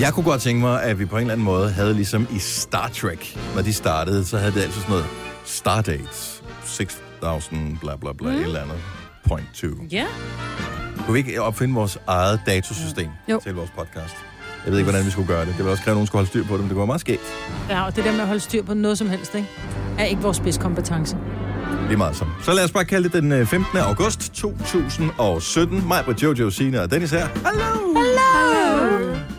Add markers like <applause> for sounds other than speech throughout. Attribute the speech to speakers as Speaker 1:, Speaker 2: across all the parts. Speaker 1: Jeg kunne godt tænke mig, at vi på en eller anden måde havde ligesom i Star Trek, når de startede, så havde det altid sådan noget Stardates, 6000, bla bla bla, mm. et eller andet, point two.
Speaker 2: Ja.
Speaker 1: Kunne vi ikke opfinde vores eget datosystem
Speaker 3: Jo.
Speaker 1: til vores podcast? Jeg ved ikke, hvordan vi skulle gøre det. Det ville også kræve, at nogen skulle holde styr på det, men det kunne være meget skægt.
Speaker 3: Ja, og det der med at holde styr på noget som helst, ikke? Er ikke vores spidskompetence.
Speaker 1: Lige meget som. Så lad os bare kalde det den øh, 15. august 2017. Mig på Jojo, Sina og Dennis her. Hallo!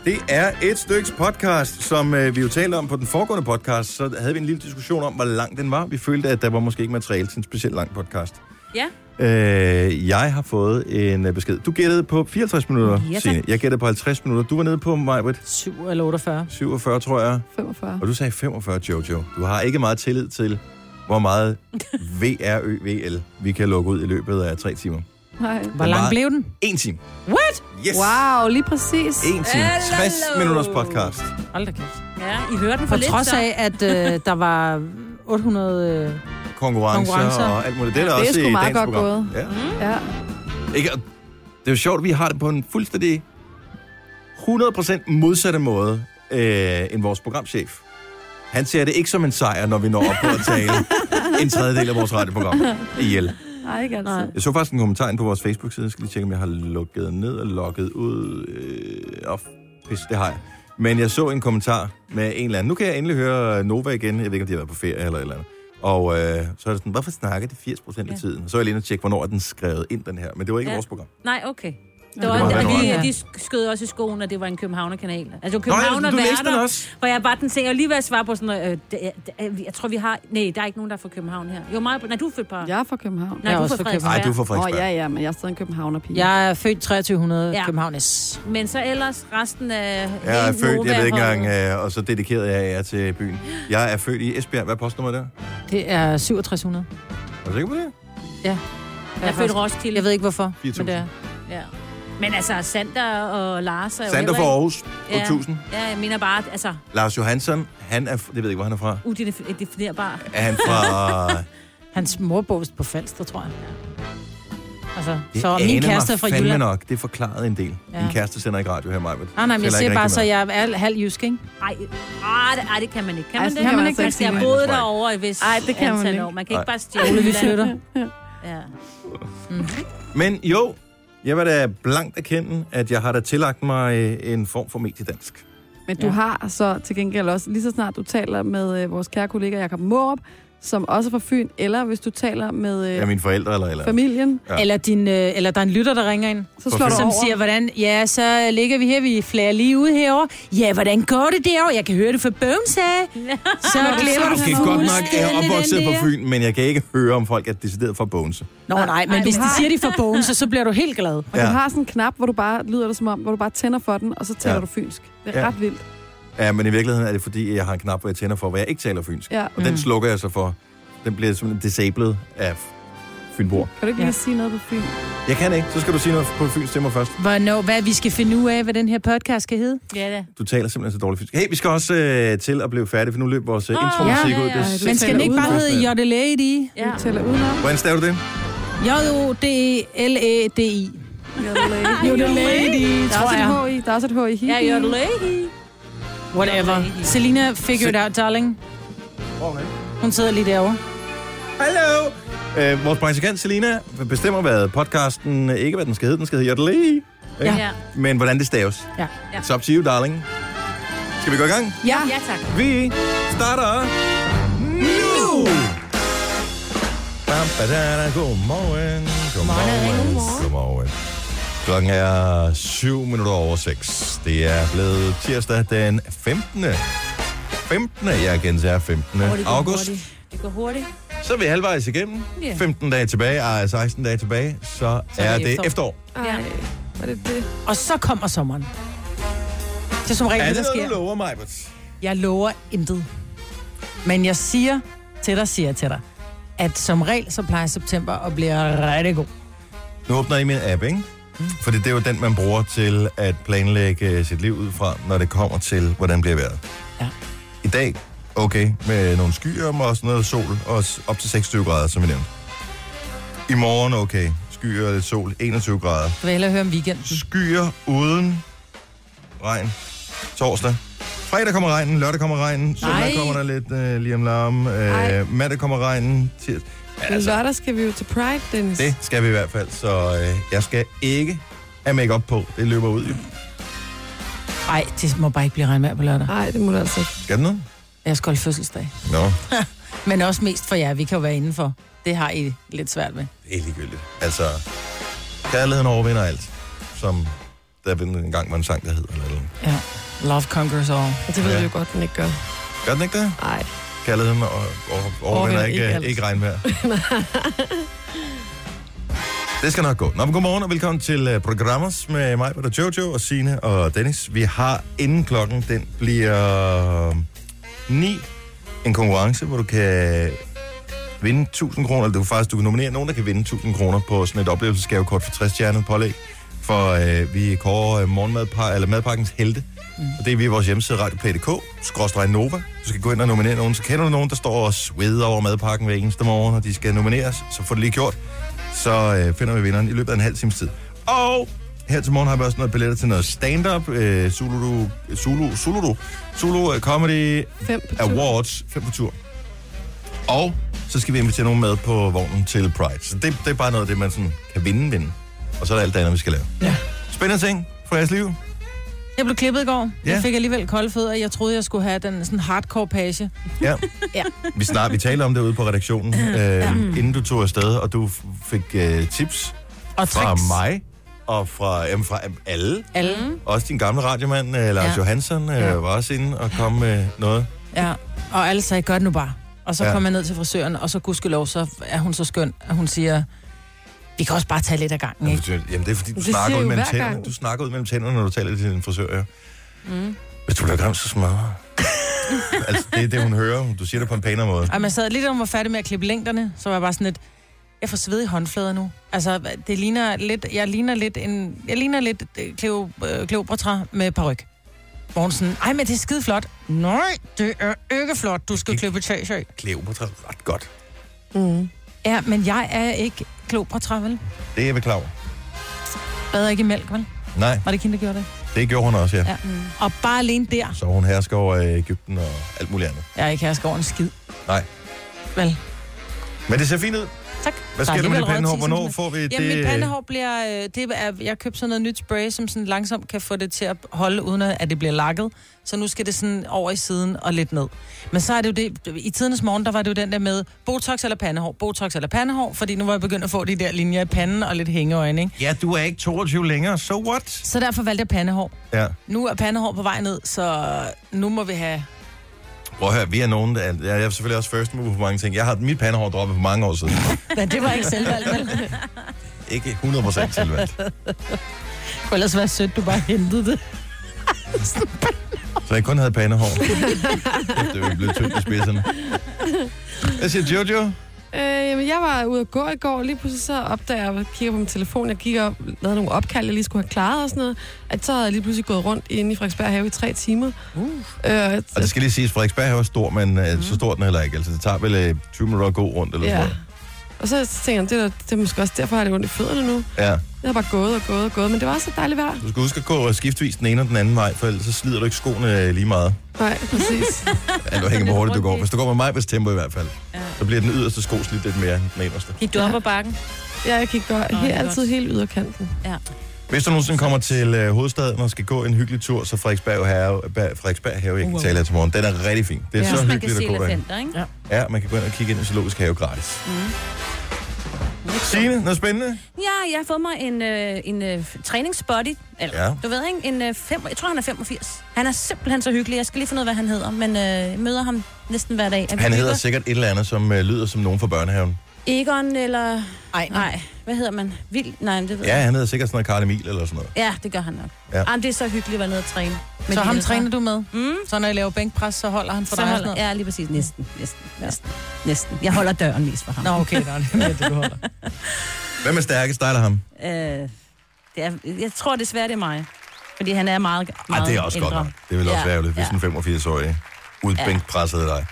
Speaker 1: Det er et styks podcast, som øh, vi jo talte om på den foregående podcast. Så havde vi en lille diskussion om, hvor lang den var. Vi følte, at der var måske ikke materiale til en specielt lang podcast.
Speaker 2: Ja.
Speaker 1: Øh, jeg har fået en øh, besked. Du gættede på 54 minutter,
Speaker 2: Ja, tak.
Speaker 1: Signe. Jeg gættede på 50 minutter. Du var nede på mig,
Speaker 3: 7 eller 48.
Speaker 1: 47, tror jeg.
Speaker 4: 45.
Speaker 1: Og du sagde 45, Jojo. Du har ikke meget tillid til, hvor
Speaker 4: <laughs>
Speaker 1: meget VRØVL vi kan lukke ud i løbet af tre timer.
Speaker 4: Nej.
Speaker 3: Hvor
Speaker 1: Den
Speaker 3: lang
Speaker 1: var-
Speaker 3: blev den?
Speaker 1: En time.
Speaker 3: What?
Speaker 1: Yes!
Speaker 4: Wow, lige præcis.
Speaker 1: En time. 60 minutters podcast.
Speaker 3: Hold da kæft.
Speaker 2: Ja, I hørte den for
Speaker 3: På
Speaker 2: lidt,
Speaker 3: trods
Speaker 2: så.
Speaker 3: af,
Speaker 2: <laughs>
Speaker 3: at øh, der var 800... Øh,
Speaker 1: Konkurrencer,
Speaker 3: Konkurrencer.
Speaker 1: og alt muligt. Det er, der
Speaker 4: Det er
Speaker 1: også
Speaker 4: sgu
Speaker 1: i
Speaker 4: meget
Speaker 1: dagens
Speaker 4: godt
Speaker 1: program.
Speaker 4: gået. Mm.
Speaker 1: Ja.
Speaker 4: Ja.
Speaker 1: Ikke, og det er jo sjovt, at vi har det på en fuldstændig 100% modsatte måde øh, end vores programchef. Han ser det ikke som en sejr, når vi når op på at
Speaker 4: <laughs>
Speaker 1: tale en tredjedel af vores radioprogram ihjel.
Speaker 4: Nej, ikke altid.
Speaker 1: Jeg så faktisk en kommentar ind på vores Facebook-side. Jeg skal lige tjekke, om jeg har lukket ned og logget ud. Øh, oh, pis, det har jeg. Men jeg så en kommentar med en eller anden. Nu kan jeg endelig høre Nova igen. Jeg ved ikke, om de har været på ferie eller et eller andet. Og øh, så er det sådan, hvorfor snakker de 80 procent af
Speaker 2: Ja.
Speaker 1: tiden? Så er jeg lige inde og tjekke, hvornår er den skrevet ind, den her. Men det var ikke
Speaker 2: Ja.
Speaker 1: vores program.
Speaker 2: Nej, okay. Det
Speaker 3: det
Speaker 2: var,
Speaker 1: må
Speaker 2: og
Speaker 1: være
Speaker 2: de,
Speaker 3: noget.
Speaker 2: de sk- skød også i skoen, at det var en københavnerkanal. Altså
Speaker 1: Nå,
Speaker 2: københavner
Speaker 1: du læste den
Speaker 2: værter,
Speaker 1: også.
Speaker 2: hvor jeg bare den ser, og lige ved at svare på sådan noget, øh, det, er- det, er- jeg tror vi har, nej, der er ikke nogen, der er fra København her. Jo, mig, nej, du er født på, ja.
Speaker 4: Jeg er fra København.
Speaker 2: nej,
Speaker 3: Jeg er
Speaker 2: du er
Speaker 3: også
Speaker 2: fra
Speaker 3: fra
Speaker 2: Frederiksberg.
Speaker 1: Nej, du er fra
Speaker 4: Åh, oh,
Speaker 1: Frederiksberg.
Speaker 4: ja, ja, men jeg er stadig en københavnerpige.
Speaker 3: jeg er født 2300
Speaker 2: Ja.
Speaker 3: ja. Københavnes.
Speaker 2: Men så ellers resten af...
Speaker 1: Jeg er
Speaker 2: hele
Speaker 1: født, jeg ved ikke
Speaker 2: Nova-
Speaker 1: engang, øh, og så dedikeret jeg jer til byen. Jeg er født i Esbjerg. Hvad er postnummeret der?
Speaker 3: Det er 6700.
Speaker 1: Er du sikker på det? øh,
Speaker 2: Jeg er født Roskilde.
Speaker 3: Jeg ved ikke hvorfor, men
Speaker 1: 4000.
Speaker 3: det er...
Speaker 2: Ja. Men altså, Sander og Lars er jo
Speaker 1: Sander
Speaker 2: heller
Speaker 1: fra
Speaker 2: ikke-
Speaker 1: Aarhus, 8000.
Speaker 2: Ja, jeg mener bare, at- altså,
Speaker 1: Lars Johansson, han er, det ved jeg ikke, hvor han er fra.
Speaker 2: udefinerbar.
Speaker 1: Er han fra <laughs>
Speaker 3: Hans mor bor vist på Falster, tror jeg. Altså,
Speaker 1: Det
Speaker 3: så min
Speaker 1: aner
Speaker 3: kæreste er
Speaker 1: mig
Speaker 3: fra
Speaker 1: fandme
Speaker 3: Jylland.
Speaker 1: nok. Det forklarede en del. Ja.
Speaker 3: Ja.
Speaker 1: Min kæreste sender ikke radio her, Maja.
Speaker 3: Nej, nej, men jeg siger bare, så jeg er al- halv
Speaker 2: <laughs>
Speaker 3: jysk, ikke?
Speaker 2: Ej, ah, det, ej, det kan man ikke. Kan
Speaker 4: Ej,
Speaker 2: man
Speaker 4: sådan
Speaker 2: det?
Speaker 4: kan man
Speaker 2: man Man
Speaker 4: altså ikke
Speaker 2: skal
Speaker 4: sige
Speaker 2: have
Speaker 1: nej.
Speaker 2: boet derovre i vis
Speaker 4: Ej, det kan man
Speaker 2: antal
Speaker 4: ikke.
Speaker 2: år. Man kan ikke
Speaker 1: Nej.
Speaker 2: bare stjæle.
Speaker 3: Ole, vi
Speaker 2: Jylland.
Speaker 3: flytter.
Speaker 2: Ja.
Speaker 1: Men jo, jeg vil da blankt erkende, at jeg har da tillagt mig øh, en form for mediedansk.
Speaker 4: Men du
Speaker 3: Ja.
Speaker 4: har så til gengæld også, lige så snart du taler med øh, vores kære kollega Jakob Morup, som også er fra Fyn, eller hvis du taler med øh,
Speaker 1: Ja, mine forældre eller eller. andet.
Speaker 4: familien,
Speaker 1: Ja.
Speaker 3: Eller, din, øh, eller der er en lytter, der ringer ind,
Speaker 4: så
Speaker 1: Fra
Speaker 4: slår du
Speaker 1: Fyn.
Speaker 3: som
Speaker 4: over.
Speaker 3: siger, hvordan... Ja, så ligger vi her, vi flager lige ud herover. Ja, hvordan går det derovre? Jeg kan høre det for bømse.
Speaker 1: <laughs>
Speaker 3: Så glemmer du
Speaker 1: Okay, godt nok er jeg
Speaker 3: fuldstændig
Speaker 1: opvokset
Speaker 3: den
Speaker 1: på
Speaker 3: der.
Speaker 1: Fyn, men jeg kan ikke høre, om folk er decideret fra Bones.
Speaker 3: Nå nej, men
Speaker 4: Ej,
Speaker 3: hvis
Speaker 4: du
Speaker 3: de
Speaker 4: har-
Speaker 3: siger, de får bogen, så, så bliver du helt glad.
Speaker 4: Og du har sådan en knap, hvor du bare lyder det som om, hvor du bare tænder for den, og så taler
Speaker 1: Ja.
Speaker 4: ja. du fynsk. Det er
Speaker 1: Ja.
Speaker 4: ja. ret vildt.
Speaker 1: ja, men i virkeligheden er det, fordi jeg har en knap, hvor jeg tænder for, hvor jeg ikke taler fynsk.
Speaker 4: Ja.
Speaker 3: Mm.
Speaker 1: Og den slukker jeg så for. Den bliver simpelthen disabled af Fynbord.
Speaker 4: Kan du ikke lige
Speaker 3: Ja.
Speaker 4: sige noget på fyn?
Speaker 1: Jeg kan ikke. Så skal du sige noget på Fyns til mig først.
Speaker 3: Hvornår, hvad vi skal finde ud af, hvad den her podcast skal hedde?
Speaker 2: Ja, da.
Speaker 1: Du taler simpelthen så dårligt fynsk. Hey, vi skal også øh, til at blive færdige, for nu løb vores øh,
Speaker 2: Åh,
Speaker 1: intromusik
Speaker 2: ja,
Speaker 1: ud.
Speaker 2: ja,
Speaker 1: Det
Speaker 2: ja.
Speaker 1: er
Speaker 3: Men skal den ikke bare
Speaker 1: simpelthen
Speaker 3: hedde Jodde Lady?
Speaker 2: Ja.
Speaker 4: Du taler udenom.
Speaker 1: Hvordan staver du det?
Speaker 3: J-O-D-E-L-E-D-I.
Speaker 4: Jodel
Speaker 3: Lady,
Speaker 4: Der er
Speaker 3: tror
Speaker 4: også et
Speaker 3: jeg.
Speaker 4: H i. Der er også et H i. Hi,
Speaker 2: Ja,
Speaker 4: hi.
Speaker 2: you're lady.
Speaker 3: Whatever.
Speaker 2: Lady.
Speaker 3: Selina, figure it out, darling. Hun sidder lige derovre.
Speaker 1: Hallo! Øh, vores praktikant Selina bestemmer, hvad podcasten, øh, ikke hvad den skal hedde, den skal hedde Jodeli,
Speaker 2: Ja.
Speaker 3: Ja.
Speaker 2: Ja.
Speaker 1: men hvordan det staves.
Speaker 3: Ja.
Speaker 1: It's up to you, darling. Skal vi gå i gang?
Speaker 4: Ja.
Speaker 2: ja, tak.
Speaker 1: Vi starter nu! Bam, badada, godmorgen. Godmorgen. Godmorgen. Klokken er 7 minutter over 6. Det er blevet tirsdag den 15. 15. Jeg gentager 15.
Speaker 2: Åh, det går
Speaker 1: august.
Speaker 2: Hurtigt. Det går hurtigt.
Speaker 1: Så er vi halvvejs igennem.
Speaker 2: Ja.
Speaker 1: 15 dage tilbage, ej, 16 dage tilbage, så, så er det efterår. efterår.
Speaker 4: Ej, var det det?
Speaker 3: Og så kommer sommeren. Det er som regel,
Speaker 1: Er
Speaker 3: det,
Speaker 1: det
Speaker 3: der
Speaker 1: noget, du
Speaker 3: sker.
Speaker 1: lover mig, Britt?
Speaker 3: Jeg lover intet. Men jeg siger til dig, siger jeg til dig, at som regel, så plejer september at blive rigtig god.
Speaker 1: Nu åbner I min app, ikke? For det er jo den, man bruger til at planlægge øh, sit liv ud fra, når det kommer til, hvordan bliver vejret.
Speaker 3: Ja.
Speaker 1: I dag, okay, med nogle skyer og sådan noget sol, og s- op til 26 grader, som vi nævnte. I morgen, okay, skyer og lidt sol, 21 grader.
Speaker 3: Du vil hellere høre om weekenden.
Speaker 1: Skyer uden regn, torsdag. Fredag kommer regnen, lørdag kommer regnen, søndag
Speaker 3: Nej.
Speaker 1: kommer der lidt øh, lige om larm, øh, mandag kommer regnen, tirs- Altså,
Speaker 4: Men lørdag skal vi jo til Pride, Dennis.
Speaker 1: Det skal vi i hvert fald, så øh, jeg skal ikke have makeup på. Det løber ud, jo.
Speaker 3: Nej, det må bare ikke blive regnvejr på lørdag.
Speaker 4: Nej, det må du altså ikke.
Speaker 1: Skal den noget?
Speaker 3: Jeg skal holde fødselsdag.
Speaker 1: Nå,
Speaker 3: Men også mest for jer. Vi kan jo være indenfor. Det har I lidt svært med.
Speaker 1: det er ligegyldigt. Altså, kærligheden overvinder alt, som der engang var en sang, der hed. Eller, et eller. andet.
Speaker 3: Ja. Love conquers all.
Speaker 4: Og det ved
Speaker 1: Ja.
Speaker 4: vi jo godt, den ikke gør.
Speaker 1: Gør den ikke det?
Speaker 4: Nej.
Speaker 1: Kærligheden over, over, overvinder
Speaker 4: Overvinder
Speaker 1: ikke,
Speaker 4: ikke
Speaker 1: ikke,
Speaker 4: alt.
Speaker 1: ikke
Speaker 4: <laughs>
Speaker 1: regnvejr. Det skal nok gå. Nå, men godmorgen og velkommen til uh, programmet med mig, Peter Jojo og Sine og Dennis. Vi har inden klokken, den bliver 9, en konkurrence, hvor du kan vinde 1000 kroner, eller du kan faktisk du kan nominere nogen, der kan vinde 1000 kroner på sådan et oplevelsesgavekort for 60 stjernet pålæg, for øh, vi kårer øh, morgenmadpar, eller madpakkens helte, mm. og det er via vores hjemmeside radioplay.dk, skråstrej Nova. Du skal gå ind og nominere nogen, så kender du nogen, der står og sveder over madpakken hver eneste morgen, og de skal nomineres, så får det lige gjort. Så øh, finder vi vinderen i løbet af en halv times tid. Og her til morgen har vi også noget billetter til noget stand-up, øh, Zulu, Zulu, Zulu, Zulu øh, Comedy
Speaker 4: Fem på tur.
Speaker 1: Awards, fem på tur. Og så skal vi invitere nogen med på vognen til Pride. Så det, det er bare noget af det, man sådan kan vinde, vinde. Og så er der alt det andet, vi skal lave.
Speaker 3: Ja.
Speaker 1: Spændende ting fra jeres liv.
Speaker 3: Jeg blev klippet i går.
Speaker 1: Ja.
Speaker 3: Ja. Jeg fik alligevel kolde fødder. Jeg troede, jeg skulle have den sådan hardcore page.
Speaker 1: Ja.
Speaker 3: <laughs> Ja.
Speaker 1: Vi snart, vi taler om det ude på redaktionen, øh, inden du tog afsted, og du f- fik øh, tips
Speaker 3: Og
Speaker 1: fra
Speaker 3: tricks.
Speaker 1: mig og fra, jamen, fra jamen, alle.
Speaker 3: Alle.
Speaker 1: Også din gamle radiomand, øh, Lars ja.
Speaker 3: Ja.
Speaker 1: Johansson, øh,
Speaker 3: Ja.
Speaker 1: var også inde og kom med noget.
Speaker 3: Ja. Og alle sagde, gør det nu bare. Og så
Speaker 1: Ja.
Speaker 3: ja. kom jeg ned til frisøren, og så gudskelov, så er hun så skøn, at hun siger, vi kan også bare tage lidt af gangen,
Speaker 1: Jamen,
Speaker 3: ikke?
Speaker 1: det, jamen, det er fordi, du
Speaker 4: Det
Speaker 1: snakker
Speaker 4: siger
Speaker 1: ud
Speaker 4: jo
Speaker 1: mellem
Speaker 4: hver
Speaker 1: tænderne.
Speaker 4: gang. Mm.
Speaker 1: Du snakker ud mellem tænderne, når du taler til din frisør, ja. Hvis du bliver grim, så
Speaker 4: <laughs>
Speaker 1: smadrer. jeg. altså, det er det, hun hører. Du siger det på en pænere måde.
Speaker 3: Og man sad lidt, da hun var færdig med at klippe længderne, så var jeg bare sådan lidt, jeg får sved i håndflader nu. Altså, det ligner lidt, jeg ligner lidt en, jeg ligner lidt øh, Cleo, øh, Cleopatra med paryk. Hvor hun sådan, ej, men det er skide flot. Nej, det er ikke flot, du skal
Speaker 1: Ikke-
Speaker 3: klippe tag af.
Speaker 1: Kleopatra er ret godt.
Speaker 4: Mm.
Speaker 3: Ja, men jeg er ikke Cleopatra, vel?
Speaker 1: Det er jeg ved klar over.
Speaker 3: Bader ikke i mælk, vel?
Speaker 1: Nej,
Speaker 3: Var det hende, der gjorde det?
Speaker 1: det gjorde hun også, ja.
Speaker 3: Ja. Og bare alene der.
Speaker 1: Så hun hersker over øh, Ægypten og alt muligt andet.
Speaker 3: Jeg er ikke hersker over en skid.
Speaker 1: Nej.
Speaker 3: Vel,
Speaker 1: Men det ser fint ud.
Speaker 3: tak.
Speaker 1: Hvad
Speaker 3: Der er
Speaker 1: sker der med
Speaker 3: alligevel
Speaker 1: dit pandehår?
Speaker 3: røget ti
Speaker 1: Hvornår
Speaker 3: centimeter.
Speaker 1: får vi
Speaker 3: Jamen,
Speaker 1: det?
Speaker 3: mit pandehår bliver... øh, Det er, jeg købte sådan noget nyt spray, som sådan langsomt kan få det til at holde, uden at at det bliver lakket. Så nu skal det sådan over i siden og lidt ned. Men så er det jo det... I tidernes morgen, der var det jo den der med Botox eller pandehår. Botox eller pandehår, fordi nu var jeg begyndt at få de der linjer i panden og lidt hængeøjne, ikke?
Speaker 1: Ja, du er ikke 22 længere, so what?
Speaker 3: Så derfor valgte jeg pandehår.
Speaker 1: Ja,
Speaker 3: Nu er pandehår på vej ned, så nu må vi have...
Speaker 1: prøv at høre, vi er nogen, der er, jeg er selvfølgelig også first mover på mange ting. Jeg har mit pandehår droppet for mange år siden.
Speaker 3: Men det var ikke selvvalgt, <laughs> vel?
Speaker 1: Ikke 100% selvvalgt.
Speaker 3: Kunne ellers være sødt, du bare hentede det.
Speaker 1: Så jeg kun havde pandehår. det er jo blevet tyndt i spidserne. Hvad siger Jojo?
Speaker 4: Øh, jamen, jeg var ude at gå i går, og lige pludselig så opdager jeg, og kigger på min telefon, jeg gik op, lavede nogle opkald, jeg lige skulle have klaret og sådan noget, at så havde jeg lige pludselig gået rundt inde i Frederiksberg Have i tre timer.
Speaker 3: Uh.
Speaker 4: Øh,
Speaker 1: Og det skal lige siges, Frederiksberg er jo stor, men mm. så stor er den heller ikke. Altså, det tager vel øh, 20 minutter at gå rundt, eller sådan
Speaker 4: ja.
Speaker 1: noget.
Speaker 4: Og så tænkte jeg, det er, da- det er måske også derfor, jeg har det ondt i fødderne nu.
Speaker 1: Ja.
Speaker 4: Jeg har bare gået og gået og gået, men det var så dejligt vejr.
Speaker 1: Du skal huske at gå skiftvis den ene og den anden vej, for ellers så slider du ikke skoene øh, lige meget.
Speaker 4: Nej, præcis.
Speaker 1: Eller du hænger på
Speaker 2: lidt
Speaker 1: hurtigt, du går.
Speaker 2: rundt i.
Speaker 1: Hvis du går med mig, hvis tempo i hvert fald,
Speaker 2: Ja.
Speaker 1: så bliver den yderste sko slidt lidt mere end den inderste.
Speaker 2: Gik du op ad bakken?
Speaker 4: Jeg kan gøre
Speaker 2: Nå, det
Speaker 4: helt,
Speaker 2: er
Speaker 4: altid
Speaker 2: godt.
Speaker 4: helt yderkanten.
Speaker 1: Hvis du nogensinde kommer til øh, hovedstaden og skal gå en hyggelig tur, så Frederiksberg Have, Ba- Frederiksberg Have jeg kan
Speaker 3: Wow.
Speaker 1: tale her til morgen, den er rigtig fin. Det er
Speaker 3: Ja.
Speaker 1: så
Speaker 2: Plus, man kan
Speaker 1: hyggeligt
Speaker 2: se
Speaker 1: at gå derhen.
Speaker 2: elefanter, ikke?
Speaker 3: Ja.
Speaker 1: Ja, man kan gå ind og kigge ind i Zoologisk Have gratis. Mm. Signe, noget spændende?
Speaker 2: Ja, jeg har fået mig en, øh, en øh, træningsbody. Eller,
Speaker 1: Ja.
Speaker 2: ja. du ved ikke, en, øh, fem, jeg tror, han er 85. Han er simpelthen så hyggelig. Jeg skal lige finde ud af, hvad han hedder, men øh, jeg møder ham næsten hver dag. Er vi
Speaker 1: Han hedder
Speaker 2: hygger?
Speaker 1: sikkert et eller andet, som øh, lyder som nogen fra børnehaven.
Speaker 2: Egon, eller...
Speaker 3: Ej, nej.
Speaker 2: Nej, hvad hedder man? Vild? Nej, men det ved jeg
Speaker 1: Ja, han hedder sikkert sådan noget Karl Emil eller sådan noget.
Speaker 2: ikke. Ja, det gør han nok.
Speaker 1: Ja.
Speaker 2: Ja. Jamen, det er så hyggeligt at være nede og træne. med
Speaker 3: Så
Speaker 2: de
Speaker 3: ham
Speaker 2: ældre.
Speaker 3: træner du med?
Speaker 2: Mm.
Speaker 3: Så når jeg laver bænkpres, så holder han for
Speaker 2: Så
Speaker 3: dig? og sådan
Speaker 2: holder,
Speaker 3: noget?
Speaker 2: ja, lige præcis. Næsten, næsten, næsten, næsten. Jeg holder døren mest for ham.
Speaker 3: Nå, okay, der er det, med, det du holder.
Speaker 1: Hvem er stærkest, dig eller ham?
Speaker 2: Øh, det er, jeg tror desværre, det er mig. Fordi han er meget,
Speaker 1: Ej,
Speaker 2: meget
Speaker 1: det er også
Speaker 2: ældre.
Speaker 1: godt nok. Det vil også
Speaker 2: Ja,
Speaker 1: være ærgerligt, hvis en
Speaker 2: ja.
Speaker 1: 85-årig udbænkpresset af dig.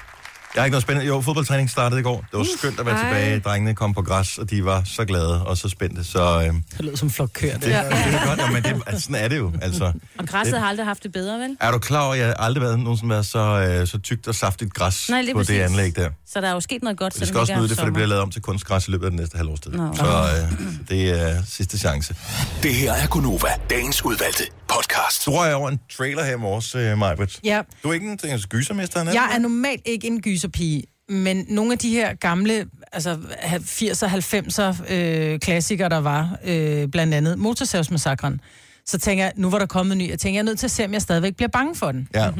Speaker 1: Jeg har ikke noget spændende. Jo, fodboldtræning startede i går. Det var skønt at være
Speaker 4: ej.
Speaker 1: tilbage. Drengene kom på græs, og de var så glade og så spændte. Så øh, det,
Speaker 3: Det lyder som en flok køer, det.
Speaker 1: det, er godt, Nå, men det, altså, sådan er det jo. Altså,
Speaker 2: Og græsset har aldrig haft det bedre, vel?
Speaker 1: er du klar over, at jeg har aldrig været, nogensinde været så, øh, så tykt og saftigt græs
Speaker 2: Nej,
Speaker 1: på
Speaker 2: lige
Speaker 1: det
Speaker 2: præcis.
Speaker 1: anlæg der?
Speaker 2: Så der er jo sket noget godt,
Speaker 1: Vi
Speaker 2: selvom
Speaker 1: skal også
Speaker 2: ikke er
Speaker 1: nyde det, for det
Speaker 2: sommer.
Speaker 1: bliver lavet om til kunstgræs i løbet af den næste halvårs tid.
Speaker 2: Nå.
Speaker 1: Så øh, det er sidste chance.
Speaker 5: Det her er Gonova, dagens udvalgte podcast.
Speaker 1: Så røg jeg over en trailer her i morges, øh, Majbert.
Speaker 3: Ja.
Speaker 1: Du er ikke en, en gysermester, Anna?
Speaker 3: Jeg er normalt ikke en gyserpige, men nogle af de her gamle, altså 80'er, 90'er øh, klassikere, der var, øh, blandt andet Motorsavsmassakren, så tænker jeg, nu var der kommet en ny, jeg tænker, jeg er nødt til at se, om jeg stadigvæk bliver bange for den. <laughs>
Speaker 1: Ja.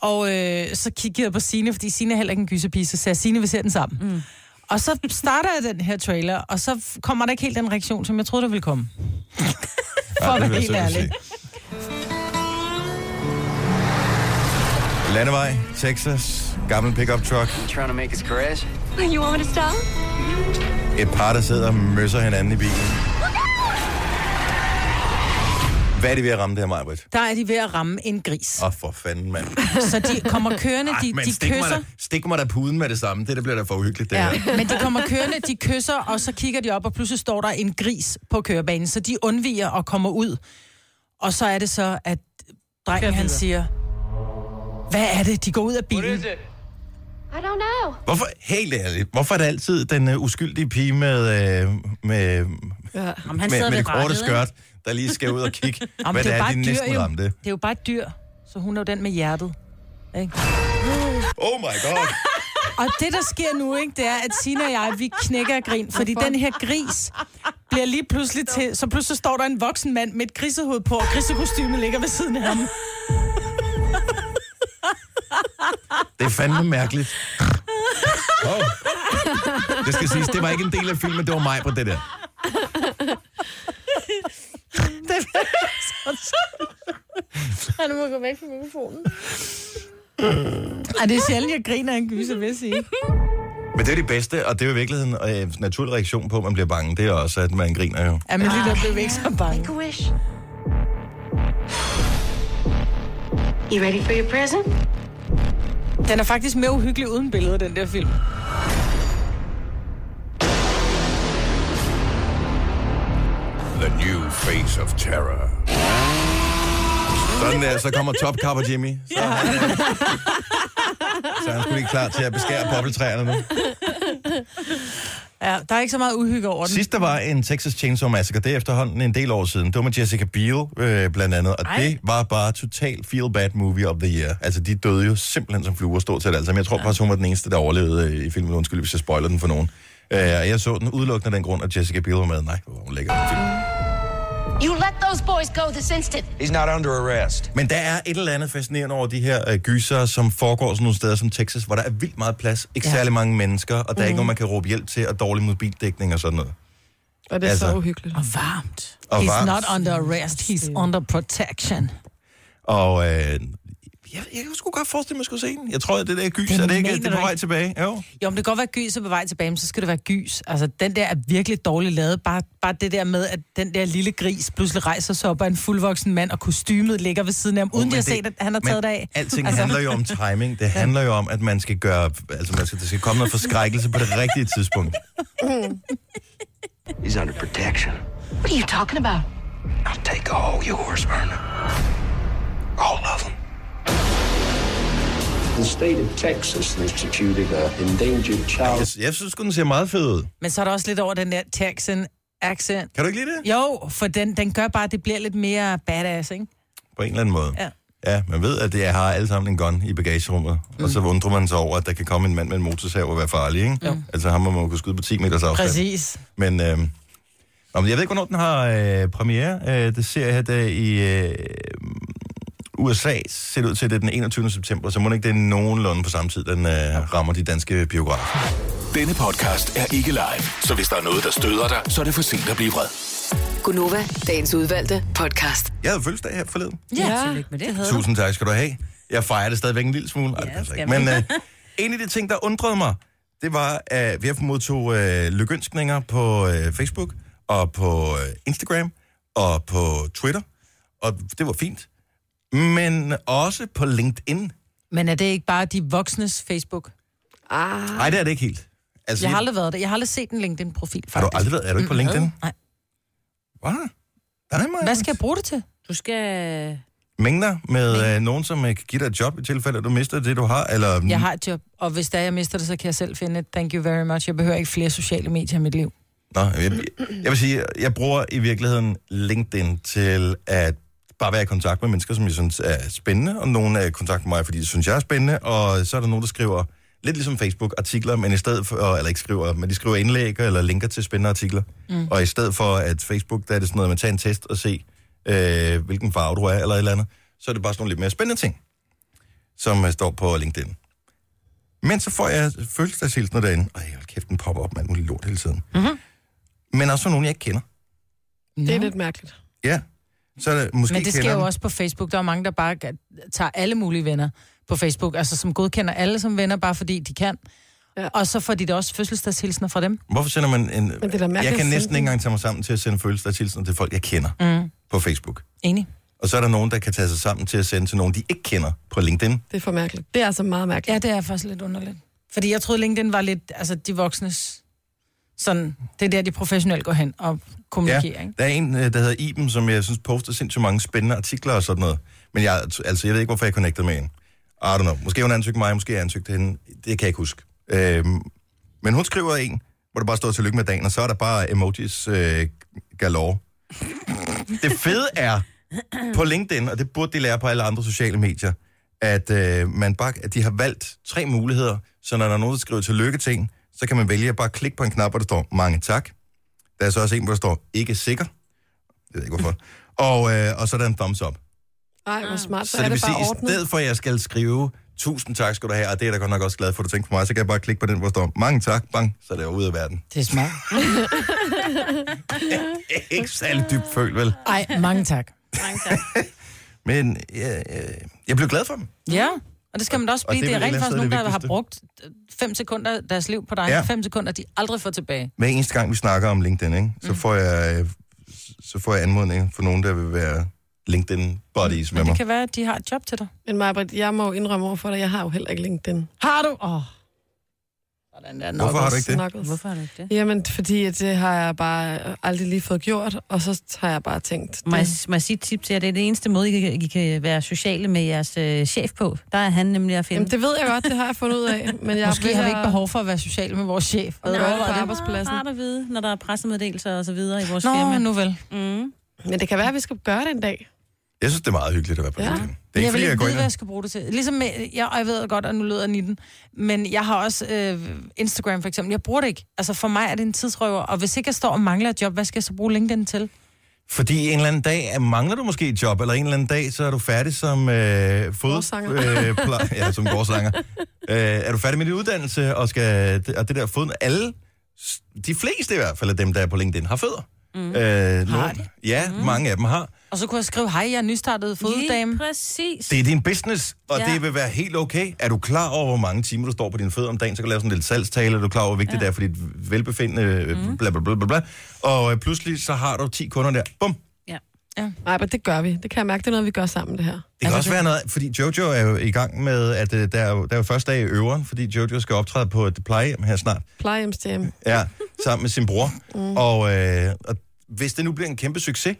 Speaker 3: Og øh, så kiggede jeg på Sine, fordi Sine er heller ikke en gyserpige, så sagde jeg, Sine, vi ser den sammen. Mm. Og så starter jeg den her trailer, og så f- kommer der ikke helt den reaktion, som jeg troede, der ville komme. for
Speaker 1: Ja,
Speaker 3: at
Speaker 1: det
Speaker 3: være
Speaker 1: vil jeg
Speaker 3: helt
Speaker 1: selv
Speaker 3: ærlig.
Speaker 1: sige. Landevej, Texas, gammel pickup truck.
Speaker 6: trying to make his crash?
Speaker 7: You want me to stop?
Speaker 1: Et par, der sidder og møsser hinanden i bilen. Hvad er det ved at ramme det her, Majbrit?
Speaker 3: Der er de ved at ramme en gris.
Speaker 1: Åh, oh, for fanden, mand.
Speaker 3: Så <laughs> de kommer kørende, de,
Speaker 1: men
Speaker 3: de
Speaker 1: stik, mig
Speaker 3: kysser.
Speaker 1: da, stik mig da puden med det samme. Det der bliver da for uhyggeligt, det ja. her.
Speaker 3: Men de kommer kørende, de kysser, og så kigger de op, og pludselig står der en gris på kørebanen, så de undviger og kommer ud. Og så er det så, at drengen han siger, hvad er det? De går ud af bilen.
Speaker 7: I don't know.
Speaker 1: Hvorfor, helt ærligt, hvorfor er det altid den uh, uskyldige pige med, uh, med,
Speaker 4: Ja.
Speaker 2: Jamen, han
Speaker 1: med,
Speaker 2: sidder
Speaker 1: med det
Speaker 2: ved
Speaker 1: korte
Speaker 2: rattet,
Speaker 1: skørt, der lige skal ud og kigge,
Speaker 3: Jamen,
Speaker 1: hvad det er,
Speaker 3: bare
Speaker 1: de
Speaker 3: et
Speaker 1: næsten
Speaker 3: jo.
Speaker 1: ramte.
Speaker 3: Det er jo bare et dyr, så hun er jo den med hjertet. Ikke?
Speaker 1: Oh my god.
Speaker 3: Og det, der sker nu, ikke, det er, at Sina og jeg, vi knækker af grin, fordi den her gris bliver lige pludselig til, så pludselig står der en voksen mand med et grisehoved på, og grisekostymet ligger ved siden af ham.
Speaker 1: Det er fandme mærkeligt. Oh. Det skal siges, det var ikke en del af filmen, det var mig på det der.
Speaker 3: <laughs> Det altså
Speaker 7: Han må gå væk fra mikrofonen.
Speaker 3: Ej, det er sjældent, jeg griner af en gyser, vil jeg sige.
Speaker 1: Men det er det bedste, og det er jo i virkeligheden øh, en naturlig reaktion på, at man bliver bange. Det er også, at man griner jo.
Speaker 3: Ja, men lige der blev vi ikke så bange.
Speaker 7: Make a wish. You ready for your present?
Speaker 3: Den er faktisk mere uhyggelig uden billeder, den der film.
Speaker 5: The new face of terror.
Speaker 1: Sådan der, så kommer Top Cup og Jimmy. Så, er han, øh, så er han sgu ikke klar til at beskære poppeltræerne nu.
Speaker 3: Ja, der er ikke så meget uhygge over den.
Speaker 1: Sidst der var en Texas Chainsaw Massacre, det er efterhånden en del år siden. Det var med Jessica Biel øh, blandt andet, og Ej. det var bare total feel bad movie of the year. Altså, de døde jo simpelthen som fluer stort set alle sammen. Jeg tror faktisk, hun var den eneste, der overlevede øh, i filmen. Undskyld, hvis jeg spoiler den for nogen. Øh, og jeg så den udelukkende af den grund, at Jessica Biel var med. Nej, hvor var hun lækker.
Speaker 7: You let those boys go this instant.
Speaker 6: He's not under arrest.
Speaker 1: Men der er et eller andet fascinerende over de her øh, gyser, som foregår sådan nogle steder som Texas, hvor der er vildt meget plads, ikke ja. særlig mange mennesker, og der er
Speaker 3: Mhm.
Speaker 1: ikke nogen, man kan råbe hjælp til, og dårlig mobildækning og sådan noget.
Speaker 4: Og det er altså.
Speaker 1: Altså.
Speaker 4: så uhyggeligt.
Speaker 3: Og varmt.
Speaker 1: Og
Speaker 3: he's
Speaker 1: varmt.
Speaker 3: not under arrest, he's under protection.
Speaker 1: Og øh, jeg, jeg kunne sgu godt forestille mig, at jeg skulle se den. Jeg tror, at det der gys,
Speaker 3: Den
Speaker 1: er det ikke
Speaker 3: mener
Speaker 1: det er
Speaker 3: du
Speaker 1: på vej
Speaker 3: ikke?
Speaker 1: tilbage? Jo.
Speaker 3: Jo, men det kan godt være at gys er på vej tilbage, men så skal det være gys. Altså, den der er virkelig dårligt lavet. Bare, bare det der med, at den der lille gris pludselig rejser sig op af en fuldvoksen mand, og kostymet ligger ved siden af ham, uden
Speaker 1: Men
Speaker 3: de har
Speaker 1: det-
Speaker 3: set, at han har
Speaker 1: men
Speaker 3: taget det af.
Speaker 1: Alting
Speaker 3: Altså.
Speaker 1: altså. handler jo om timing. Det handler jo om, at man skal gøre... Altså, man skal, der skal komme noget forskrækkelse på det rigtige tidspunkt.
Speaker 6: He's under protection.
Speaker 7: What are you talking about?
Speaker 6: I'll take all yours, Verna. All of them.
Speaker 8: The state of Texas instituted a endangered child
Speaker 1: Jeg, jeg synes sgu, den ser meget fed ud.
Speaker 3: Men så er der også lidt over den der Texan accent.
Speaker 1: Kan du ikke lide det?
Speaker 3: Jo, for den, den gør bare, at det bliver lidt mere badass, ikke?
Speaker 1: På en eller anden måde.
Speaker 3: Ja.
Speaker 1: Ja, man ved, at det er, har alle sammen en gun i bagagerummet. Mm. Og så undrer man sig over, at der kan komme en mand med en motorsav og være farlig, ikke? Jo. Altså, ham må man jo kunne skyde på 10 meters afstand.
Speaker 3: Præcis.
Speaker 1: Men, øh, nå, men jeg ved ikke, hvornår den har øh, premiere. Øh, det ser jeg her da i øh, USA. Ser det ud til, at det er den 21. september, så må det ikke det er nogenlunde på samme tid, den øh, rammer de danske biografer.
Speaker 5: Denne podcast er ikke live, så hvis der er noget, der støder dig, så er det for sent at blive vred.
Speaker 9: Gunova, dagens udvalgte podcast.
Speaker 1: Jeg havde fødselsdag her forleden.
Speaker 2: Ja, tillykke med det. det havde
Speaker 1: Tusind tak skal du have. Jeg fejrer det stadigvæk en lille smule. Ej, det passer ikke. Men øh, en af de ting, der undrede mig, det var, at vi har modtog øh, lykønskninger på øh, Facebook og på øh, Instagram og på Twitter. Og det var fint. Men også på LinkedIn.
Speaker 3: Men er det ikke bare de voksnes Facebook?
Speaker 4: Ah,
Speaker 1: Nej, det er det ikke helt. Altså,
Speaker 3: Jeg har aldrig været der. Jeg har aldrig set en LinkedIn-profil, faktisk.
Speaker 1: har du aldrig været? Er du ikke på LinkedIn?
Speaker 3: Nej.
Speaker 1: Wow. Der er meget
Speaker 3: Hvad skal jeg bruge det til?
Speaker 2: Du skal...
Speaker 1: mængder med øh, nogen, som øh, kan give dig et job i tilfælde, at du mister det, du har? Eller,
Speaker 3: Jeg har et job, og hvis der jeg mister det, så kan jeg selv finde et thank you very much. Jeg behøver ikke flere sociale medier i mit liv.
Speaker 1: Nå, jeg, jeg vil sige, jeg bruger i virkeligheden LinkedIn til at bare være i kontakt med mennesker, som jeg synes er spændende, og nogen er i kontakt med mig, fordi de synes, jeg er spændende, og så er der nogen, der skriver lidt ligesom Facebook artikler, men i stedet for, eller ikke skriver, men de skriver indlæg eller linker til spændende artikler. Mm. Og i stedet for, at Facebook, der er det sådan noget, man tager en test og se, øh, hvilken farve du er, eller et eller andet, så er det bare sådan nogle lidt mere spændende ting, som øh, står på LinkedIn. Men så får jeg fødselsdagshilsener derinde. Ej, hold kæft, den popper op med alt muligt lort hele tiden men også for nogen, jeg ikke kender.
Speaker 4: det er lidt mærkeligt.
Speaker 1: Ja. Så er det, måske
Speaker 3: Men det
Speaker 1: kender
Speaker 3: sker jo
Speaker 1: den.
Speaker 3: også på Facebook. Der er jo mange, der bare g- tager alle mulige venner på Facebook, altså som godkender alle som venner, bare fordi de kan.
Speaker 4: Ja.
Speaker 3: Ja. Og så får de da også fødselsdagshilsner fra dem.
Speaker 1: Hvorfor sender man en...
Speaker 4: Men det er da mærkeligt
Speaker 1: jeg
Speaker 4: at
Speaker 1: kan
Speaker 4: sende
Speaker 1: næsten
Speaker 4: den.
Speaker 1: ikke engang tage mig sammen til at sende følelsesdagstilsen til folk, jeg kender mm. på Facebook.
Speaker 3: Enig.
Speaker 1: Og så er der nogen, der kan tage sig sammen til at sende til nogen, de ikke kender på LinkedIn.
Speaker 4: Det er for mærkeligt. Det er altså meget mærkeligt.
Speaker 3: Ja, det er faktisk lidt underligt. Fordi jeg troede LinkedIn var lidt, altså de voksnes, sådan, det er der, de professionelt går hen og
Speaker 1: Ja,
Speaker 3: kommunikerer, ikke?
Speaker 1: der er en, øh, der hedder Iben, som jeg synes poster sindssygt mange spændende artikler og sådan noget. Men jeg, altså, jeg ved ikke, hvorfor jeg er connected med hende. I don't know. Måske hun ansøgte mig, måske jeg ansøgte hende. Det kan jeg ikke huske. Øhm, men hun skriver en, hvor der bare står tillykke med dagen, og så er der bare emojis øh, galore. det fede er på LinkedIn, og det burde de lære på alle andre sociale medier, at, øh, man bare, at de har valgt tre muligheder, så når der er nogen, der skriver tillykke til en, så kan man vælge at bare klikke på en knap, hvor der står mange tak. Der er så også en, hvor der står ikke sikker. Jeg ved ikke hvorfor. Og, øh, og så er der en thumbs up.
Speaker 4: Nej, hvor smart. Så,
Speaker 1: Så
Speaker 4: er
Speaker 1: det vil
Speaker 4: det
Speaker 1: sige,
Speaker 4: bare
Speaker 1: i
Speaker 4: ordnet.
Speaker 1: stedet for, at jeg skal skrive, tusind tak skal du have, og det er jeg da godt nok også glad for, at du tænker på mig, så kan jeg bare klikke på den, hvor der står, mange tak, bang, så er det ude af verden. <laughs>
Speaker 3: Det er smart.
Speaker 1: Ikke særlig dybt følt, vel?
Speaker 3: Ej, mange tak.
Speaker 2: Mange tak.
Speaker 1: Men jeg, øh, jeg blev glad for dem.
Speaker 3: Ja, og det skal man da også
Speaker 1: Og
Speaker 3: blive.
Speaker 1: det
Speaker 3: Det
Speaker 1: er
Speaker 3: er
Speaker 1: vel
Speaker 3: rent
Speaker 1: et
Speaker 3: faktisk
Speaker 1: eller andet
Speaker 3: nogen, der har
Speaker 1: sted det
Speaker 3: brugt øh, fem sekunder af deres liv på dig.
Speaker 1: Ja.
Speaker 3: Ja. Fem sekunder, de aldrig får tilbage.
Speaker 1: Hver eneste gang, vi snakker om LinkedIn, ikke, så,
Speaker 3: Mm.
Speaker 1: får jeg, øh, så får jeg anmodninger for nogen, der vil være LinkedIn-buddies med
Speaker 3: Mm. Men
Speaker 1: mig.
Speaker 3: det kan være, at de har et job til dig.
Speaker 4: Men Majbrit, jeg må jo indrømme overfor dig, jeg har jo heller ikke LinkedIn.
Speaker 3: Har du? Åh. Oh. Sådan der nok
Speaker 1: Hvorfor har du ikke det?
Speaker 4: Knuckles.
Speaker 2: Hvorfor er det ikke det?
Speaker 4: Jamen, fordi at det har jeg bare aldrig lige fået gjort, og så har jeg bare tænkt...
Speaker 2: Må jeg,
Speaker 4: Det,
Speaker 2: må jeg sige et tip til jer? Det er det eneste måde, I kan, I kan øh, være sociale med jeres øh, chef på. Der er han nemlig at finde.
Speaker 4: jamen, det ved jeg godt, det har jeg fundet ud af, men jeg
Speaker 3: Måske har vi ikke
Speaker 4: behov.
Speaker 3: behov for at være sociale med vores chef.
Speaker 4: Nej,
Speaker 2: Overvej
Speaker 4: det er på
Speaker 2: meget
Speaker 4: arbejdspladsen.
Speaker 2: rart at vide, når der er pressemeddelelser og så videre i vores firma.
Speaker 3: Nå, nu vel.
Speaker 2: Mm.
Speaker 4: Men det kan være, at vi skal gøre det en dag.
Speaker 1: Jeg synes, det er meget hyggeligt at være på
Speaker 4: Ja.
Speaker 1: LinkedIn. Det er
Speaker 3: Men
Speaker 1: ikke,
Speaker 3: jeg vil
Speaker 1: fordi jeg
Speaker 3: ikke
Speaker 1: går
Speaker 3: vide,
Speaker 1: ind
Speaker 3: hvad
Speaker 1: og...
Speaker 3: jeg skal bruge det til. Ligesom med, jeg, og jeg ved godt, at nu lyder 19, men jeg har også øh, Instagram for eksempel. Jeg bruger det ikke. Altså for mig er det en tidsrøver, og hvis ikke jeg står og mangler et job, hvad skal jeg så bruge LinkedIn til?
Speaker 1: Fordi en eller anden dag øh, mangler du måske et job, eller en eller anden dag, så er du færdig som øh, fod...
Speaker 4: Gårdsanger.
Speaker 1: Øh, pla- ja, som gårdsanger. øh, er du færdig med din uddannelse, og, skal, og det der fod... Alle, s- de fleste i hvert fald af dem, der er på LinkedIn, har fødder. Mm. Øh, har
Speaker 3: de?
Speaker 1: Ja, mm. mange af dem har.
Speaker 3: Og så kunne jeg skrive, hej, jeg er nystartet
Speaker 2: Lige
Speaker 3: foddame.
Speaker 2: præcis.
Speaker 1: Det er din business, og ja.
Speaker 2: Ja.
Speaker 1: det vil være helt okay. Er du klar over, hvor mange timer du står på dine fødder om dagen, så kan du lave sådan en lille salgstale, er du klar over, hvor vigtigt ja. det er for dit velbefindende, øh, bla bla bla bla bla. Og øh, pludselig så har du 10 kunder der. Bum!
Speaker 2: Ja.
Speaker 4: Nej, men det gør vi. Det kan jeg mærke, det er noget, vi gør sammen, det her.
Speaker 1: Det kan også være noget, fordi Jojo er jo i gang med, at øh, der, er jo, der er jo første dag i øveren, fordi Jojo skal optræde på et plejehjem her snart,
Speaker 4: Plejehjemstjemme.
Speaker 1: ja, sammen med sin bror. Mm. Og, øh, og hvis det nu bliver en kæmpe succes,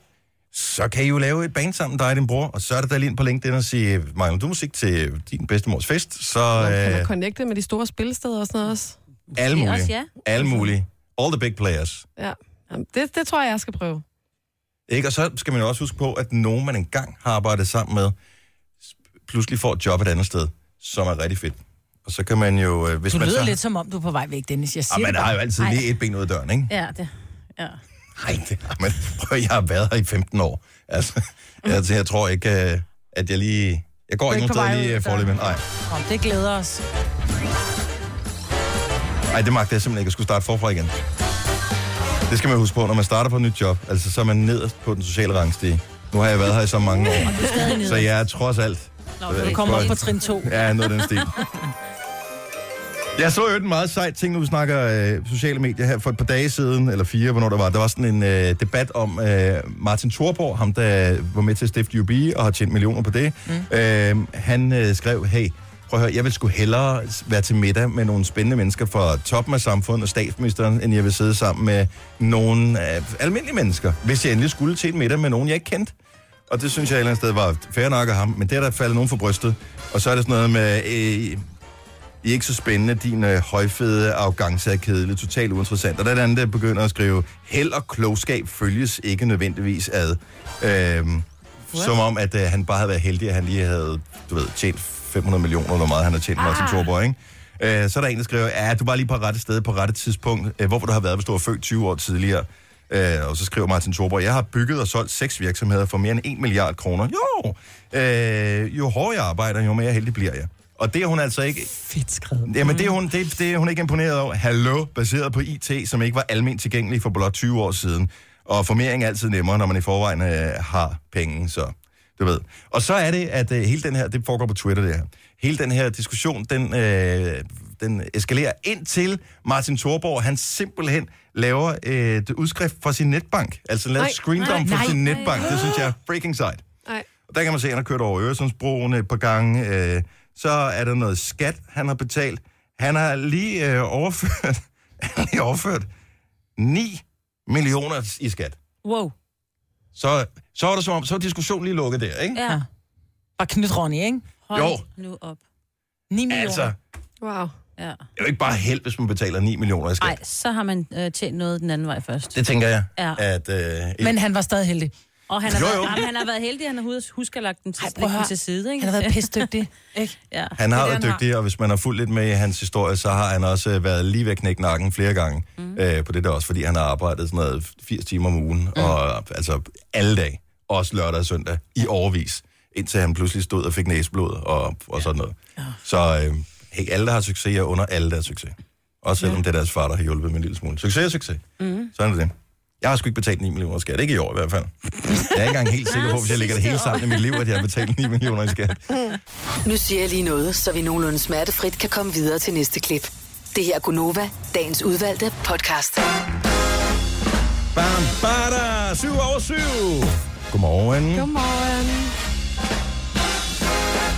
Speaker 1: så kan I jo lave et band sammen, dig og din bror, og så er det da lige ind på LinkedIn og sige, mangler du musik til din bedstemors fest, så
Speaker 4: Man kan
Speaker 1: øh,
Speaker 4: øh... connecte med de store spillesteder og sådan noget også.
Speaker 1: alle mulige.
Speaker 2: også, ja.
Speaker 1: Alle mulige. All the big players.
Speaker 4: Ja. Jamen, det, det tror jeg, jeg skal prøve.
Speaker 1: Ikke? Og så skal man jo også huske på, at nogen, man engang har arbejdet sammen med, s- pludselig får et job et andet sted, som er rigtig fedt. Og så kan man jo... øh, Hvis
Speaker 3: Du
Speaker 1: man så...
Speaker 3: lyder lidt som om, du er på vej væk, Dennis. Jeg
Speaker 1: Ah,
Speaker 3: siger
Speaker 1: man
Speaker 3: det
Speaker 1: har
Speaker 3: bare.
Speaker 1: jo altid lige et ben ud af døren, ikke?
Speaker 2: Ja, det. Ja.
Speaker 1: Nej, det har man. Prøv, jeg har været her i 15 år. Altså,
Speaker 3: Mm.
Speaker 1: altså jeg tror ikke, øh, at jeg lige... Jeg går
Speaker 3: er
Speaker 1: ikke
Speaker 3: ikke på
Speaker 1: nogen steder
Speaker 3: vej ud
Speaker 1: lige øh,
Speaker 3: af
Speaker 1: forløbende. Nej,
Speaker 3: Nå, det glæder os.
Speaker 1: nej, det magter jeg simpelthen ikke at skulle starte forfra igen. Det skal man huske på, når man starter på et nyt job. Altså, så er man nederst på den sociale rangstige. Nu har jeg været her i så mange år, så jeg er trods alt...
Speaker 2: Nå,
Speaker 1: ved
Speaker 2: du
Speaker 1: ikke,
Speaker 3: Kommer op
Speaker 1: hvor-
Speaker 3: på trin 2.
Speaker 1: Ja, noget af den stil. Jeg så jo en meget sej ting, når vi snakker øh, sociale medier her for et par dage siden, eller fire, hvornår der var. Der var sådan en øh, debat om øh, Martin Thorborg, ham der var med til at stifte UB og har tjent millioner på det. Mm. Øhm, Øh, han øh, skrev, hey, prøv prøv at høre, jeg vil sgu hellere være til middag med nogle spændende mennesker fra toppen af samfundet og statsministeren, end jeg vil sidde sammen med nogle øh, almindelige mennesker, hvis jeg endelig skulle til en middag med nogen, jeg ikke kendte. Og det synes jeg et eller andet sted var fair nok af ham, men det er der faldet nogen for brystet. Og så er det sådan noget med, øh, I er ikke så spændende, din øh, højfede arrogance er kedelig, totalt uinteressant. Og der er et andet, der begynder at skrive, held og klogskab følges ikke nødvendigvis ad. Øhm, som om, at øh, han bare havde været heldig, at han lige havde, du ved, tjent 500 millioner, eller hvor meget han har tjent, ah. Martin Thorborg, ikke? Øh, så er der en, der skriver, ja, du var lige på rette sted på rette tidspunkt. Øh, hvorfor du har været, hvis du var født 20 år tidligere? Øh, og så skriver Martin Thorborg, jeg har bygget og solgt seks virksomheder for mere end 1 milliard kroner. Jo, øh, jo hårdere jeg arbejder, jo mere heldig bliver jeg. Og det er hun altså ikke
Speaker 3: Fedt skrevet.
Speaker 1: Jamen, det er hun, det, det er hun ikke imponeret over. Hallo, baseret på IT, som ikke var almindeligt tilgængelig for blot 20 år siden. Og formering er altid nemmere, når man i forvejen øh, har penge, så du ved. Og så er det, at øh, hele den her, det foregår på Twitter, det her. Hele den her diskussion, den, øh, den eskalerer indtil Martin Thorborg, han simpelthen laver øh, et udskrift fra sin netbank. Altså laver
Speaker 4: Nej,
Speaker 1: et screendom
Speaker 3: nej,
Speaker 1: fra sin
Speaker 3: nej.
Speaker 1: netbank. Det synes jeg er freaking sejt.
Speaker 4: Nej.
Speaker 1: Og der kan man se, at han har kørt over Øresundsbroen et par gange. Øh, så er der noget skat, han har betalt. Han har lige øh, overført, <laughs> han har lige overført 9 millioner i skat.
Speaker 2: Wow.
Speaker 1: Så, så var det som om, så var diskussionen lige lukket der, ikke?
Speaker 2: Ja.
Speaker 3: Ja. Bare knyt Ronny, ikke?
Speaker 2: Hold
Speaker 1: Jo.
Speaker 2: nu op.
Speaker 3: 9 millioner.
Speaker 1: Altså,
Speaker 3: Altså.
Speaker 1: det
Speaker 4: Wow.
Speaker 2: Ja.
Speaker 1: er jo ikke bare held, hvis man betaler 9 millioner i skat.
Speaker 2: Ej,
Speaker 1: Ej.
Speaker 2: så har man øh, tjent noget den anden vej først.
Speaker 1: Det tænker jeg,
Speaker 2: Ja.
Speaker 1: at... Øh,
Speaker 3: Men han var stadig heldig.
Speaker 2: Og han har,
Speaker 1: Jo,
Speaker 2: været,
Speaker 1: jo.
Speaker 2: Jamen, han har været heldig, han har hus- husket at lagt den til,
Speaker 3: Ej, prøv at høre.
Speaker 2: til side. Ikke?
Speaker 3: Han har været
Speaker 2: <laughs>
Speaker 3: pisdygtig. Ikke?
Speaker 2: ja.
Speaker 1: <laughs> Han
Speaker 3: Det
Speaker 1: har
Speaker 3: er
Speaker 1: været
Speaker 3: det, han
Speaker 1: dygtig, og hvis man har fulgt lidt med i hans historie, så har han også øh, været lige ved at knække nakken flere gange
Speaker 3: Mhm.
Speaker 1: mm. øh, på det der også, fordi han har arbejdet sådan noget 80 timer om ugen,
Speaker 3: Mhm.
Speaker 1: mm. og altså alle dage, også lørdag og søndag, i overvis, indtil han pludselig stod og fik næseblod og, og sådan noget. Så øh, hey, alle, der har succes, er under alle, der har succes. Også selvom det er deres far, der har hjulpet med en lille smule. Succes er succes.
Speaker 3: Mhm.
Speaker 1: Mm. Sådan er det. Jeg har sgu ikke betalt 9 millioner i skat. Ikke i år i hvert fald. Jeg er ikke engang helt sikker på, hvis jeg lægger det hele sammen i mit liv, at jeg har betalt 9 millioner i skat.
Speaker 9: Nu siger jeg lige noget, så vi nogenlunde smertefrit kan komme videre til næste klip. Det her er Gunova, dagens udvalgte podcast.
Speaker 1: Bam, bada, 7 over 7. Godmorgen.
Speaker 4: Godmorgen.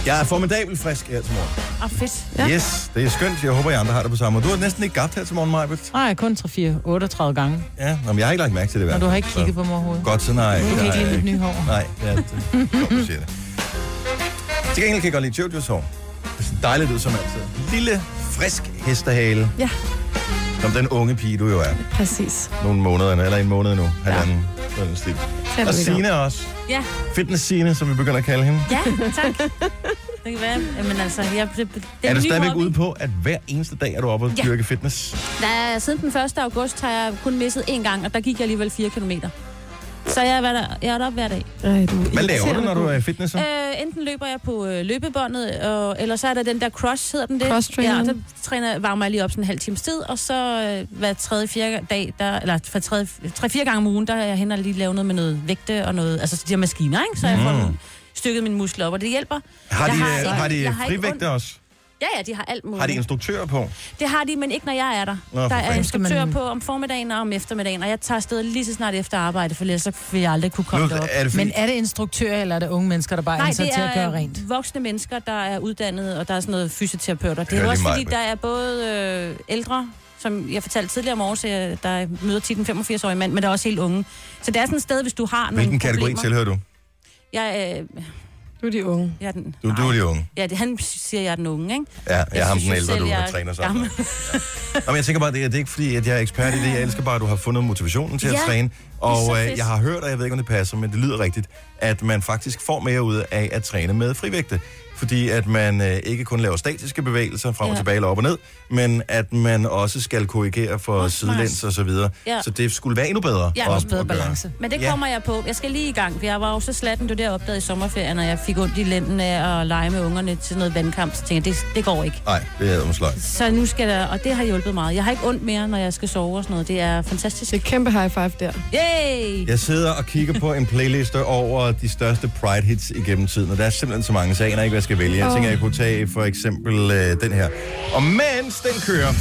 Speaker 1: Jeg er formidabel frisk her til morgen.
Speaker 3: Ah,
Speaker 2: Og fedt.
Speaker 1: Ja. Yes, det er skønt. Jeg håber, I andre har det på samme måde. Du har næsten ikke gabt her til morgen, Majbet.
Speaker 3: Nej, kun 3-4-38 gange.
Speaker 1: Ja, nå, men jeg har ikke lagt mærke til det. i hvert
Speaker 3: Og du har
Speaker 1: fald,
Speaker 3: ikke kigget på mig overhovedet.
Speaker 1: Godt, så nej. Du
Speaker 3: kan ikke lide mit nye hår.
Speaker 1: Nej, ja, det er godt, du siger det. Til gengæld kan jeg godt lide Jojos hår. Det ser dejligt ud som altid. Lille, frisk hestehale,
Speaker 4: Ja,
Speaker 1: som den unge pige, du jo er.
Speaker 4: præcis.
Speaker 1: Nogle måneder, nu, eller en måned nu. Halvanden. Sådan en stil.
Speaker 4: Tag
Speaker 1: Og
Speaker 4: det lidt om.
Speaker 1: Signe også.
Speaker 2: Ja,
Speaker 1: Fitness Signe, som vi begynder at kalde hende.
Speaker 2: ja, tak. det kan være. Jamen altså, jeg, det, det,
Speaker 1: Er
Speaker 2: en
Speaker 1: du
Speaker 2: ny
Speaker 1: stadigvæk
Speaker 2: hobby.
Speaker 1: ude på, at hver eneste dag er du oppe og
Speaker 2: Ja.
Speaker 1: dyrke fitness?
Speaker 2: Der, siden den 1. august har jeg kun misset én gang, og der gik jeg alligevel 4 km. Så jeg er, hver, jeg er deroppe hver dag.
Speaker 4: Ej, du er
Speaker 1: Hvad laver du,
Speaker 4: irriterende
Speaker 1: når du
Speaker 4: god.
Speaker 1: er i fitness? så?
Speaker 2: Øh, enten løber jeg på øh, løbebåndet, og, eller så er der den der cross, hedder den det?
Speaker 4: Cross-training.
Speaker 2: Ja, der træner, jeg- varmer jeg lige op sådan en halv times tid, og så øh, hver tredje, fjerde dag, der, eller for tredje, tre, fire gange om ugen, der er jeg hen og lige lavet noget med noget vægte og noget, altså de her maskiner, ikke? Så jeg
Speaker 1: Mm.
Speaker 2: får stykket mine muskler op, og det hjælper.
Speaker 1: Har de,
Speaker 2: jeg
Speaker 1: har, har de
Speaker 2: jeg har ikke
Speaker 1: frivægter også?
Speaker 2: ondt. Ja, ja, de har alt muligt.
Speaker 1: Har de instruktører på?
Speaker 2: Det har de, men ikke når jeg er der.
Speaker 1: Nå, for
Speaker 2: der er
Speaker 1: fanden.
Speaker 3: Skal man-
Speaker 2: instruktør på om formiddagen og om eftermiddagen, og jeg tager afsted lige så snart efter arbejde, for ellers så vil jeg aldrig kunne komme
Speaker 1: Nu øh,
Speaker 2: derop.
Speaker 1: er det fordi,
Speaker 3: Men er det instruktører, eller er det unge mennesker, der bare er
Speaker 2: Nej,
Speaker 3: ansat
Speaker 2: det
Speaker 3: til at gøre
Speaker 2: er
Speaker 3: rent?
Speaker 2: øh, voksne mennesker, der er uddannede, og der er sådan noget fysioterapeuter. Det
Speaker 1: Hør
Speaker 2: er jo
Speaker 1: lige
Speaker 2: også
Speaker 1: mig,
Speaker 2: fordi,
Speaker 1: Britt.
Speaker 2: der er både øh, ældre, som jeg fortalte tidligere om året, der er- møder tit en 85-årig mand, men der er også helt unge. Så det er sådan et sted, hvis du har nogle
Speaker 1: hvilken kategori
Speaker 2: problemer.
Speaker 1: tilhører du?
Speaker 2: Jeg, øh,
Speaker 4: Du er de unge.
Speaker 2: jeg er den,
Speaker 1: Du, du er de unge.
Speaker 2: ja, det, han siger, jeg er den unge, ikke?
Speaker 1: Ja, jeg, har ham
Speaker 2: synes
Speaker 1: den
Speaker 2: jo
Speaker 1: ældre,
Speaker 2: selv,
Speaker 1: du,
Speaker 2: jeg
Speaker 1: der
Speaker 2: er
Speaker 1: træner sammen.
Speaker 2: gammel.
Speaker 1: med. Nå, men jeg tænker bare, det er, det er ikke fordi, at jeg er ekspert i det. Jeg elsker bare, at du har fundet motivationen til at
Speaker 2: Ja,
Speaker 1: træne.
Speaker 2: så
Speaker 1: Og øh,
Speaker 2: fedt.
Speaker 1: jeg har hørt, og jeg ved ikke, om det passer, men det lyder rigtigt, at man faktisk får mere ud af at træne med frivægte. Fordi at man øh, ikke kun laver statiske bevægelser frem og
Speaker 2: Ja.
Speaker 1: tilbage eller op og ned, men at man også skal korrigere for
Speaker 2: Åh, smart.
Speaker 1: sidelæns og så videre.
Speaker 2: Ja.
Speaker 1: Så det skulle være endnu bedre.
Speaker 2: Ja,
Speaker 1: at-
Speaker 2: også
Speaker 3: Bedre
Speaker 1: at gøre.
Speaker 3: balance.
Speaker 2: Men det
Speaker 1: Ja.
Speaker 2: kommer jeg på. Jeg skal lige i gang, for jeg var jo så slatten, det der opdagede i sommerferien, og jeg fik ondt i lænden af at lege med ungerne til noget vandkamp. Så tænkte jeg, det, det går ikke.
Speaker 1: Nej, det er umsløjt.
Speaker 2: Så nu skal der, og det har hjulpet meget. Jeg har ikke ondt mere, når jeg skal sove og sådan noget. Det er fantastisk.
Speaker 4: Det er kæmpe high five der.
Speaker 2: Yay!
Speaker 1: Jeg sidder og kigger på en playliste over de største Pride hits igennem tiden, og der er simpelthen så mange, så jeg aner ikke, hvad jeg skal vælge. Jeg tænker, jeg kunne tage for eksempel øh, den her. Og mens den kører,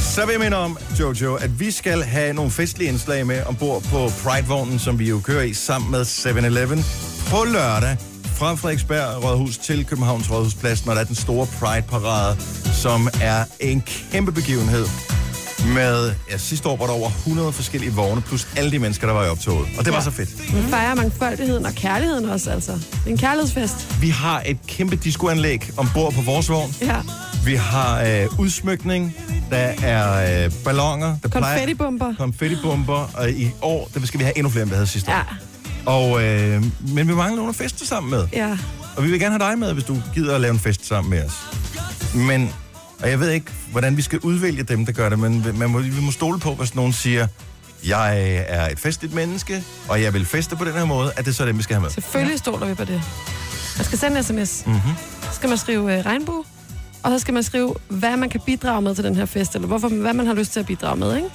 Speaker 1: så vil jeg minde om, Jojo, at vi skal have nogle festlige indslag med ombord på Pride-vognen, som vi jo kører i sammen med 7-Eleven på lørdag fra Frederiksberg Rådhus til Københavns Rådhusplads, når der er den store Pride-parade, som er en kæmpe begivenhed med, ja, sidste år var der over 100 forskellige vogne, plus alle de mennesker, der var i optoget. Og det var så fedt.
Speaker 4: Man fejrer mangfoldigheden og kærligheden også, altså. Det er en kærlighedsfest.
Speaker 1: Vi har et kæmpe discoanlæg ombord på vores vogn.
Speaker 4: Ja.
Speaker 1: Vi har øh, udsmykning, der er øh, ballonger, der plejer-
Speaker 4: Konfettibomber.
Speaker 1: konfettibomber, og i år der skal vi have endnu flere, end vi havde sidste år.
Speaker 4: Ja.
Speaker 1: Og, øh, men vi mangler nogen at feste sammen med.
Speaker 4: Ja.
Speaker 1: Og vi vil gerne have dig med, hvis du gider at lave en fest sammen med os. Men, og jeg ved ikke, hvordan vi skal udvælge dem, der gør det, men vi- man må, vi må stole på, hvis nogen siger, jeg er et festligt menneske, og jeg vil feste på den her måde, at det så er dem, vi skal have med.
Speaker 4: Selvfølgelig stoler vi på det. Man skal sende en sms.
Speaker 1: Mhm.
Speaker 4: Mm-hmm. Så skal man skrive øh, regnbue, og så skal man skrive, hvad man kan bidrage med til den her fest, eller hvorfor, hvad man har lyst til at bidrage med, ikke?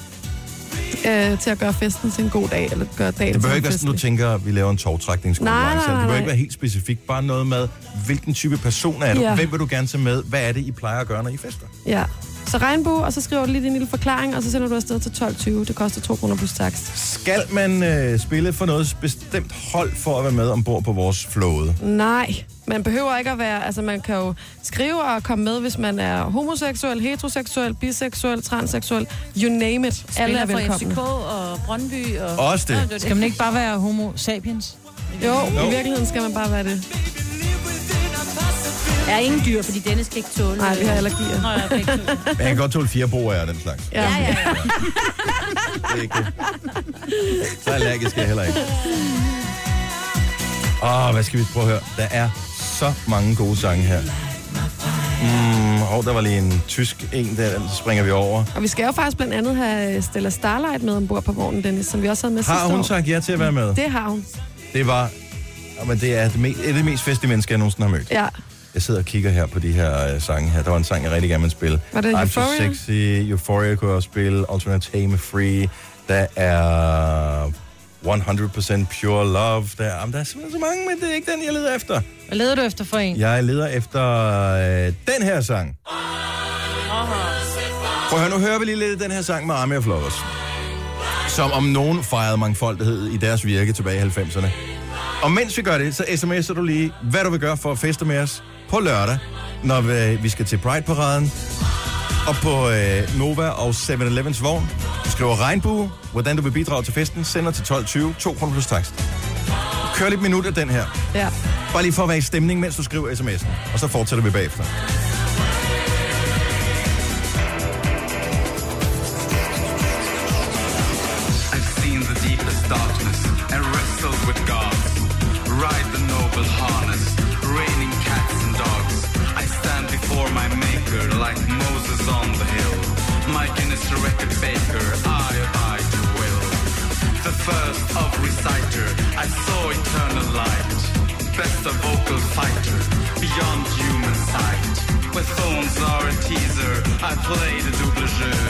Speaker 4: Øh, til at gøre festen til en god dag, eller gøre dagen
Speaker 1: Det
Speaker 4: til
Speaker 1: behøver
Speaker 4: en
Speaker 1: ikke være sådan, du
Speaker 4: festlig.
Speaker 1: tænker, at vi laver en
Speaker 4: Nej,
Speaker 1: tovtrækningskonkurrence.
Speaker 4: nej,
Speaker 1: Det behøver
Speaker 4: nej.
Speaker 1: ikke være helt specifikt. Bare noget med, hvilken type person er du?
Speaker 4: Ja.
Speaker 1: Hvem vil du gerne tage med? Hvad er det, I plejer at gøre, når I fester?
Speaker 4: Ja. Så regnbue, og så skriver du lige din lille forklaring, og så sender du afsted til 12.20. Det koster 2 kroner plus takst.
Speaker 1: Skal man øh, spille for noget bestemt hold for at være med ombord på vores
Speaker 4: <laughs>
Speaker 1: flåde?
Speaker 4: Nej, man behøver ikke at være... Altså, man kan jo skrive og komme med, hvis man er homoseksuel, heteroseksuel, biseksuel, transseksuel. You name it. Alle er
Speaker 2: Spiller fra
Speaker 4: velkomne.
Speaker 2: FCK og Brøndby og...
Speaker 1: Også det.
Speaker 2: Ja, var
Speaker 3: Skal man ikke bare være homo sapiens?
Speaker 4: Jo,
Speaker 1: Jo.
Speaker 4: i virkeligheden skal man bare være det.
Speaker 2: Jeg er ingen dyr, fordi Dennis kan ikke tåle...
Speaker 4: Nej, vi har allergier.
Speaker 2: Nå, jeg kan ikke tåle.
Speaker 1: Men jeg kan godt tåle fire broer og den slags.
Speaker 4: Ja,
Speaker 2: <laughs> Ja, ja, ja.
Speaker 1: Det er ikke det. Så allergisk er jeg heller ikke. Åh, hvad skal vi prøve at høre? Der er så mange gode sange her. Mm, og der var lige en tysk en der, den springer vi over.
Speaker 4: Og vi skal jo faktisk blandt andet have Stella Starlight med ombord på vognen, Dennis, som vi også havde med
Speaker 1: Har
Speaker 4: sidste
Speaker 1: hun
Speaker 4: år.
Speaker 1: sagt ja til at være med?
Speaker 4: Det har hun.
Speaker 1: Det var... Jamen, det er det mest, et af de mest festlige mennesker, jeg nogensinde har mødt.
Speaker 4: Ja.
Speaker 1: Jeg sidder og kigger her på de her øh, sange her. Der var en sang, jeg rigtig gerne ville spille.
Speaker 4: Var det
Speaker 1: I'm
Speaker 4: Euphoria?
Speaker 1: So Sexy, Euphoria kunne jeg også spille, Alternate Free, der er 100% Pure Love. Der, er- jamen, der er simpelthen så mange, men det er ikke den, jeg leder efter.
Speaker 3: Hvad leder du efter for en?
Speaker 1: Jeg leder efter øh, den her sang. Prøv at høre, nu hører vi lige lidt af den her sang med Army of Lovers. Som om nogen fejrede mangfoldighed i deres virke tilbage i 90'erne. Og mens vi gør det, så sms'er du lige, hvad du vil gøre for at feste med os på lørdag, når vi- vi skal til Pride-paraden. Og på øh, Nova og 7-Elevens vogn. Du skriver regnbue, hvordan du vil bidrage til festen. Sender til 12.20, 2 kroner plus takst. Kør lidt minut af den her.
Speaker 4: ja.
Speaker 1: Bare lige for at være i stemning, mens du skriver sms'en. Og så fortsætter vi bagefter.
Speaker 10: I've seen the deepest darkness and wrestled with gods. Ride the noble harness, raining cats and dogs. I stand before my maker like Moses on the hill. My Guinness record baker, I abide your will. The first of reciter, I saw eternal light. Best of vocal fighter, beyond human sight. With thorns are a teaser, I play the double jeu.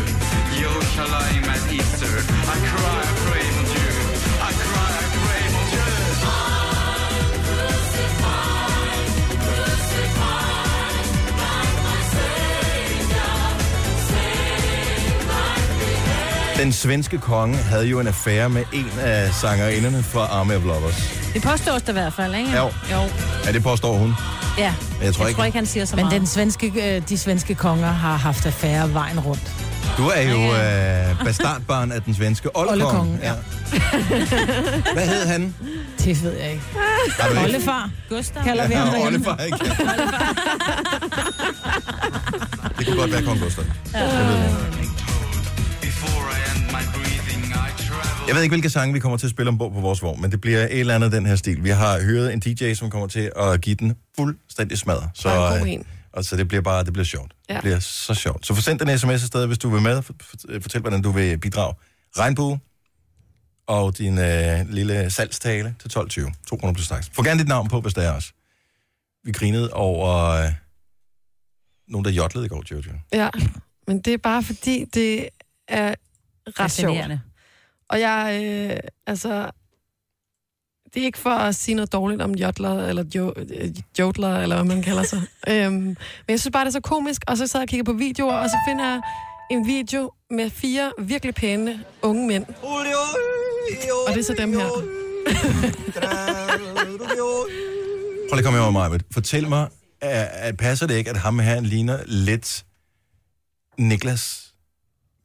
Speaker 10: Yo, shall I am at Easter? I cry, I pray, mon Dieu. I cry, I pray, mon Dieu.
Speaker 1: Den svenske konge havde jo en affære med en af sangerinderne fra Army of Lovers.
Speaker 2: Det påstås der i hvert fald, ikke?
Speaker 1: Jo.
Speaker 2: jo.
Speaker 1: Ja, det påstår hun.
Speaker 2: Ja.
Speaker 1: Jeg tror
Speaker 2: jeg
Speaker 1: ikke-
Speaker 2: tror ikke, han siger så
Speaker 3: Men
Speaker 2: meget.
Speaker 3: den svenske, øh, de svenske konger har haft affære vejen rundt.
Speaker 1: Du er jo øh, bastardbarn af den svenske oldekonge.
Speaker 3: Oldekongen, ja.
Speaker 1: Hvad hed han?
Speaker 3: Det ved jeg ikke.
Speaker 1: Har du ikke-
Speaker 3: Ollefar,
Speaker 2: Gustav.
Speaker 3: kalder vi ham
Speaker 1: Ja,
Speaker 3: derhjemme.
Speaker 1: Ollefar, ikke? Det kunne godt være kong Gustav. Jeg ved det.
Speaker 10: Before I end my breathing, I travel.
Speaker 1: Jeg ved ikke, hvilke sange vi kommer til at spille ombord på vores vogn, men det bliver et eller andet af den her stil. Vi har hyret en DJ, som kommer til at give den fuldstændig smadret. Så,
Speaker 4: Og en god
Speaker 1: øh,
Speaker 4: en.
Speaker 1: og så det bliver bare det bliver sjovt. Ja.
Speaker 4: Ja.
Speaker 1: Det bliver så sjovt. Så forsend den sms afsted, hvis du vil med. F- f- Fortæl, hvordan du vil bidrage. Regnbue og din øh, lille salgstale til 12.20. 2 kroner plus tax. Få gerne dit navn på, hvis det er os. Vi grinede over øh, nogen, der jotlede i går, Jojo.
Speaker 4: ja. Men det er bare fordi, det er ret sjovt.
Speaker 2: Fascinerende.
Speaker 4: Og jeg, øh, altså... Det er ikke for at sige noget dårligt om jodler, eller jo, øh, jodler, eller hvad man kalder sig.
Speaker 1: <laughs>
Speaker 4: øhm, men jeg synes bare, det er så komisk. Og så sad jeg og kiggede på videoer, og så finder jeg en video med fire virkelig pæne unge mænd. Og det er så dem her.
Speaker 1: Prøv lige at komme over mig, Britt. Fortæl mig, er, er, passer det ikke, at ham her ligner lidt Niklas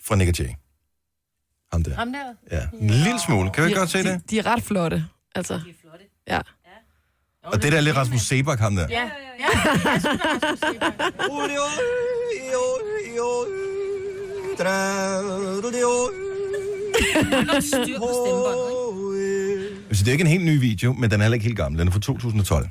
Speaker 1: fra Nick og Jay? Ham der.
Speaker 4: Ham der?
Speaker 1: Ja. En lille smule. Kan vi ikke godt se
Speaker 4: de,
Speaker 1: det?
Speaker 4: De er ret flotte. Altså. De er flotte. Ja.
Speaker 1: Og det der er lidt Rasmus Sebak, ham der.
Speaker 4: ja.
Speaker 10: Styr på stemmebåndet,
Speaker 1: Så det er ikke en helt ny video, men den er heller ikke helt gammel. Den er fra 2012.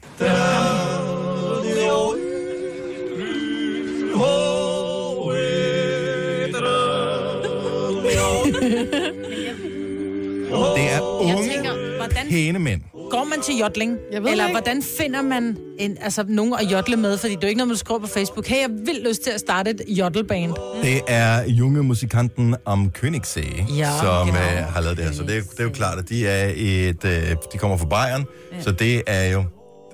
Speaker 1: Det er unge,
Speaker 3: hvordan
Speaker 1: pæne mænd.
Speaker 3: går man til jodling?
Speaker 4: ved
Speaker 3: Eller
Speaker 4: det ikke.
Speaker 3: hvordan finder man en, altså, nogen at jodle med? Fordi det er jo ikke noget, man skriver på Facebook. Hey, jeg har vildt lyst til at starte et jodleband.
Speaker 1: Det er junge musikanten Am Königssee,
Speaker 3: Ja,
Speaker 1: som
Speaker 3: genau.
Speaker 1: øh, har lavet det her. Så det, er- det er jo klart, at de, er et, øh, de kommer fra Bayern, ja. så det er jo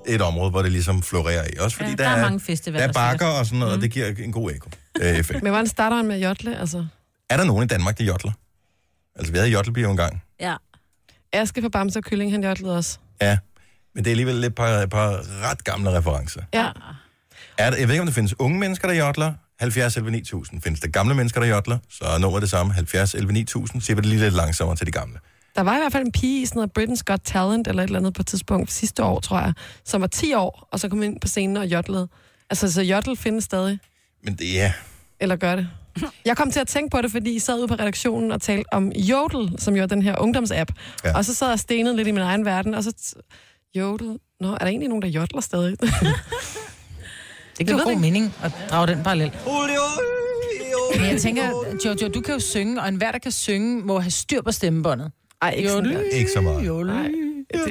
Speaker 1: et område, hvor det ligesom florerer i. Også fordi
Speaker 4: Ja,
Speaker 1: der,
Speaker 4: der er mange festivaler,
Speaker 1: Der er bakker og sådan noget, mm. og det giver en god eko. Øh, effekt.
Speaker 4: Men hvordan starter han med jotle? Altså,
Speaker 1: er der nogen i Danmark, der jodler? Altså, vi havde jodlebier en gang.
Speaker 2: ja.
Speaker 4: Aske fra Bamse og Kylling, han jodlede også.
Speaker 1: Ja, men det er alligevel lidt par, par ret gamle referencer.
Speaker 4: Ja.
Speaker 1: Er der, jeg ved ikke, om der findes unge mennesker, der jodler. 70 11 9000. Findes der gamle mennesker, der jodler, så er nummeret det samme. 70 11 9000. Siger vi det lige lidt langsommere til de gamle.
Speaker 4: Der var i hvert fald en pige i sådan noget Britain's Got Talent, eller et eller andet på et tidspunkt sidste år, tror jeg, som var 10 år, og så kom ind på scenen og jodlede. Altså, så jodle findes stadig,
Speaker 1: Men det, ja,
Speaker 4: eller gør <laughs> det. Jeg kom til at tænke på det, fordi I sad ude på redaktionen og talte om Jodel, som jo er den her ungdomsapp.
Speaker 1: Ja.
Speaker 4: Ja. Og så sad jeg stenet lidt i min egen verden, og så... T- Jodel... Nå, er der egentlig nogen, der jodler stadig? <laughs>
Speaker 3: Det giver god mening at drage den parallel. Men jeg tænker, Jojo, du kan jo synge, og enhver, der kan synge, må have styr på stemmebåndet.
Speaker 4: Ej, ikke sådan der.
Speaker 1: ikke så meget.
Speaker 4: <laughs> Det,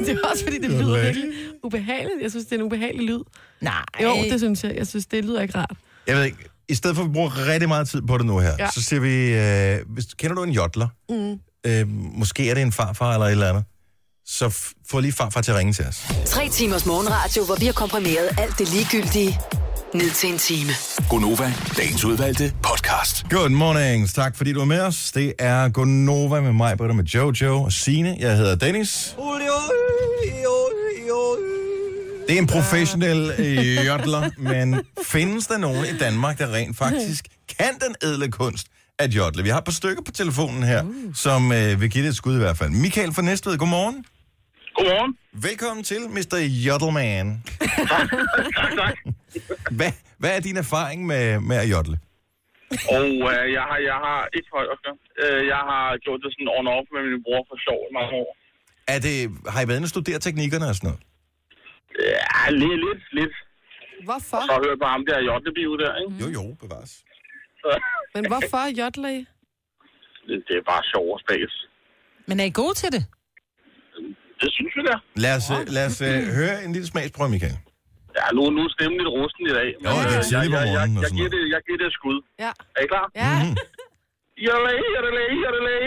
Speaker 4: det er også fordi, det lyder virkelig ubehageligt. Jeg synes, det er en ubehagelig lyd.
Speaker 3: Nej.
Speaker 4: Jo, det synes jeg. Jeg synes, det lyder ikke rart.
Speaker 1: Jeg ved ikke, i stedet for at vi bruger rigtig meget tid på det nu her, ja.
Speaker 4: Ja.
Speaker 1: så siger vi, øh, hvis, kender du en jodler?
Speaker 4: Mm.
Speaker 1: Øh, måske er det en farfar eller et eller andet. Så f- få lige farfar til at ringe til os.
Speaker 9: Tre timers morgenradio, hvor vi har komprimeret alt det ligegyldige ned til en time.
Speaker 5: Gonova, dagens udvalgte podcast.
Speaker 1: Good morning. Tak fordi du er med os. Det er Gonova med mig, Britta, med Jojo og Sine. Jeg hedder Dennis. Det er en professionel øh, jodler, men findes der nogen i Danmark, der rent faktisk kan den ædle kunst at jodle? Vi har et par stykker på telefonen her, uh. som øh, vil give det et skud i hvert fald. Michael fra Næstved, godmorgen.
Speaker 11: Godmorgen.
Speaker 1: Velkommen til, Mr.
Speaker 11: <laughs>
Speaker 1: Jodleman.
Speaker 11: tak, tak.
Speaker 1: Hvad, hvad er din erfaring med, med at jodle?
Speaker 11: Og øh, jeg, har, jeg har et højt også. Øh, jeg har gjort det sådan on off med min bror for sjov i mange år.
Speaker 1: Er det, har I været inde og studere teknikkerne og sådan noget?
Speaker 11: Ja, lidt, lidt, lidt.
Speaker 4: Hvorfor?
Speaker 11: Så hører på ham der jottebiv der, ikke?
Speaker 1: Mm. Jo, jo, bevares.
Speaker 4: Men hvorfor jodler I?
Speaker 11: Det er bare sjov og spas.
Speaker 3: Men er I gode til det?
Speaker 11: Det synes vi da.
Speaker 1: Lad os, øh, lad os uh, høre en lille smagsprøve, Michael.
Speaker 11: Ja, nu, nu er stemmen lidt rusten i dag.
Speaker 1: Jo, det er
Speaker 11: øh,
Speaker 1: tidligt på
Speaker 11: jeg, jeg, jeg,
Speaker 1: morgenen og
Speaker 11: jeg,
Speaker 1: sådan Mhm.
Speaker 11: giver det, jeg giver det et skud.
Speaker 4: Ja.
Speaker 11: Er I klar?
Speaker 4: Ja. Mm-hmm.
Speaker 11: Jodelej, jodelej, jodelej.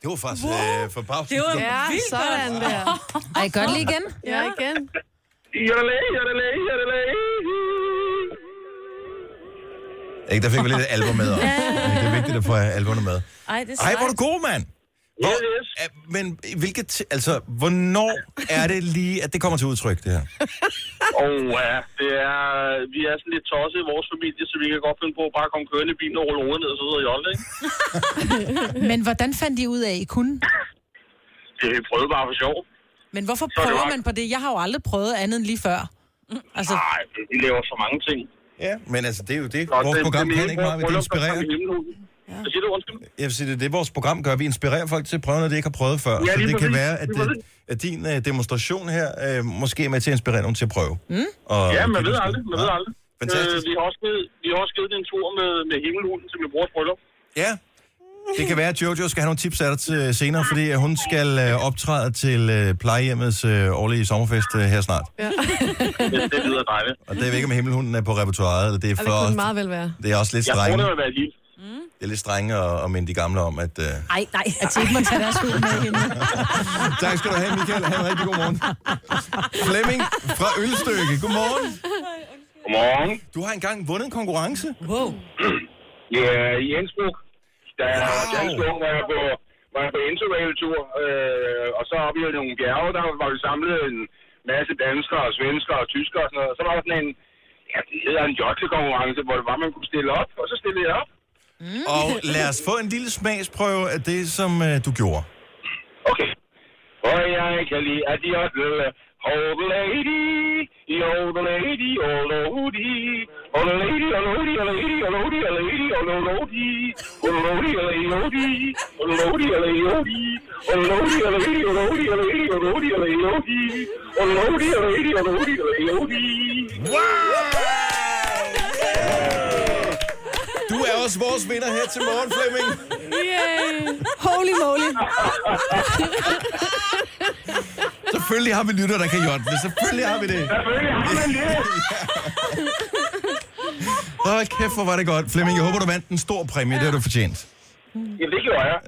Speaker 1: Det var faktisk wow. øh, forbavsende.
Speaker 11: Det var
Speaker 1: flot.
Speaker 11: Ja, vildt godt. sådan
Speaker 12: <laughs>
Speaker 11: der.
Speaker 3: Ej, godt lige igen.
Speaker 4: Ja, igen.
Speaker 11: Jodelej, jodelej, jodelej.
Speaker 1: Ikke, der fik vi lidt alvor med også. Ikke, Det er vigtigt at få alvorne med.
Speaker 2: Ej, det er
Speaker 1: Ej,
Speaker 2: sejt.
Speaker 1: hvor er du god, mand! Hvor, yes. Men hvilket, t- altså, hvornår er det lige, at det kommer til udtryk, det her?
Speaker 11: Og ja, det er, vi er sådan lidt tosset i vores familie, så vi kan godt finde på at bare komme kørende i bilen og rulle hovedet ned og så videre i jolle, ikke?
Speaker 3: Men hvordan fandt I ud af, at I kunne?
Speaker 11: Det vi prøvede bare for sjov.
Speaker 3: Men hvorfor
Speaker 11: Så er det
Speaker 3: prøver
Speaker 11: bare-
Speaker 3: man på det? Jeg har jo aldrig prøvet andet end lige før. Altså,
Speaker 11: Nej, vi laver så mange ting.
Speaker 1: Ja, men altså, det er jo det. Vores
Speaker 11: det-
Speaker 1: program
Speaker 11: det er
Speaker 1: kan ikke
Speaker 11: mere
Speaker 1: meget, vi
Speaker 11: bryllup, der
Speaker 1: inspirerer.
Speaker 11: kom i himmelhuset. Hvad siger du, undskyld?
Speaker 1: Jeg vil sige, det er det, vores program gør. Vi inspirerer folk til at prøve noget, de ikke har prøvet før.
Speaker 11: Ja,
Speaker 1: så
Speaker 11: lige
Speaker 1: det kan
Speaker 11: præcis.
Speaker 1: være, at,
Speaker 11: Lige
Speaker 1: det,
Speaker 11: præcis.
Speaker 1: at din øh, demonstration her øh, måske er med til at inspirere nogen til at prøve. Mm. Og,
Speaker 11: Ja, man
Speaker 1: kan
Speaker 11: ved
Speaker 1: du-
Speaker 11: aldrig, man ved
Speaker 1: Ja.
Speaker 11: aldrig.
Speaker 1: Fantastisk.
Speaker 11: Øh, vi, har også givet, vi har også givet en tur med, med himmelhunden til min brors bryllup.
Speaker 1: Ja. Det kan være, at Jojo skal have nogle tips af dig til senere, fordi øh, hun skal øh, optræde til øh, plejehjemmets øh, årlige sommerfest øh, her snart.
Speaker 11: det, det lyder dejligt.
Speaker 1: Og det er ikke, om himmelhunden er på repertoireet, eller det er
Speaker 4: Og
Speaker 1: for
Speaker 4: det kunne
Speaker 1: os.
Speaker 4: meget vel være.
Speaker 1: Det er også lidt
Speaker 11: Jeg tror,
Speaker 1: strenge.
Speaker 11: det vil være lige.
Speaker 1: Det er lidt strenge at, at minde de gamle om, at... Øh...
Speaker 2: Ej, nej.
Speaker 3: at I ikke må tage deres skud med hende.
Speaker 1: Tak skal du have, Michael. Ha' en rigtig god morgen. Flemming fra Ølstykke. Godmorgen.
Speaker 11: Godmorgen.
Speaker 1: Du har engang vundet en konkurrence.
Speaker 2: Wow.
Speaker 11: Ja, i Innsbruck. Da jeg var ganske ung, var jeg på, var jeg på interrail-tur, øh, og så oppe i nogle bjerge, der var vi samlet en masse danskere og svenskere og tyskere og sådan noget. Og så var der sådan en, ja, det hedder en jottekonkurrence, hvor det var, man kunne stille op, og så stillede jeg op.
Speaker 1: Og lad os få en lille smagsprøve af det, som øh, du gjorde.
Speaker 11: Og jeg kan lide, at de også vil Hold the lady, hold the lady, oh lordy. Oh lady, oh lordy, oh lady, oh lordy, oh lady, oh lordy. Oh lordy, oh lordy, oh lordy, oh lordy. Oh lordy, oh lady, oh lordy, oh lady, oh lordy, oh lordy. Oh lordy, oh lady, oh lordy, oh lordy.
Speaker 1: Du er også vores vinder her til morgen, Flemming.
Speaker 4: Yay. Holy moly.
Speaker 1: Selvfølgelig har vi lytter, der kan jodle. Selvfølgelig har vi det.
Speaker 11: Selvfølgelig har man det.
Speaker 1: Hold kæft, hvor var det godt. Flemming, jeg håber, du vandt en stor præmie. Det har du fortjent.
Speaker 11: Ja, det gjorde jeg.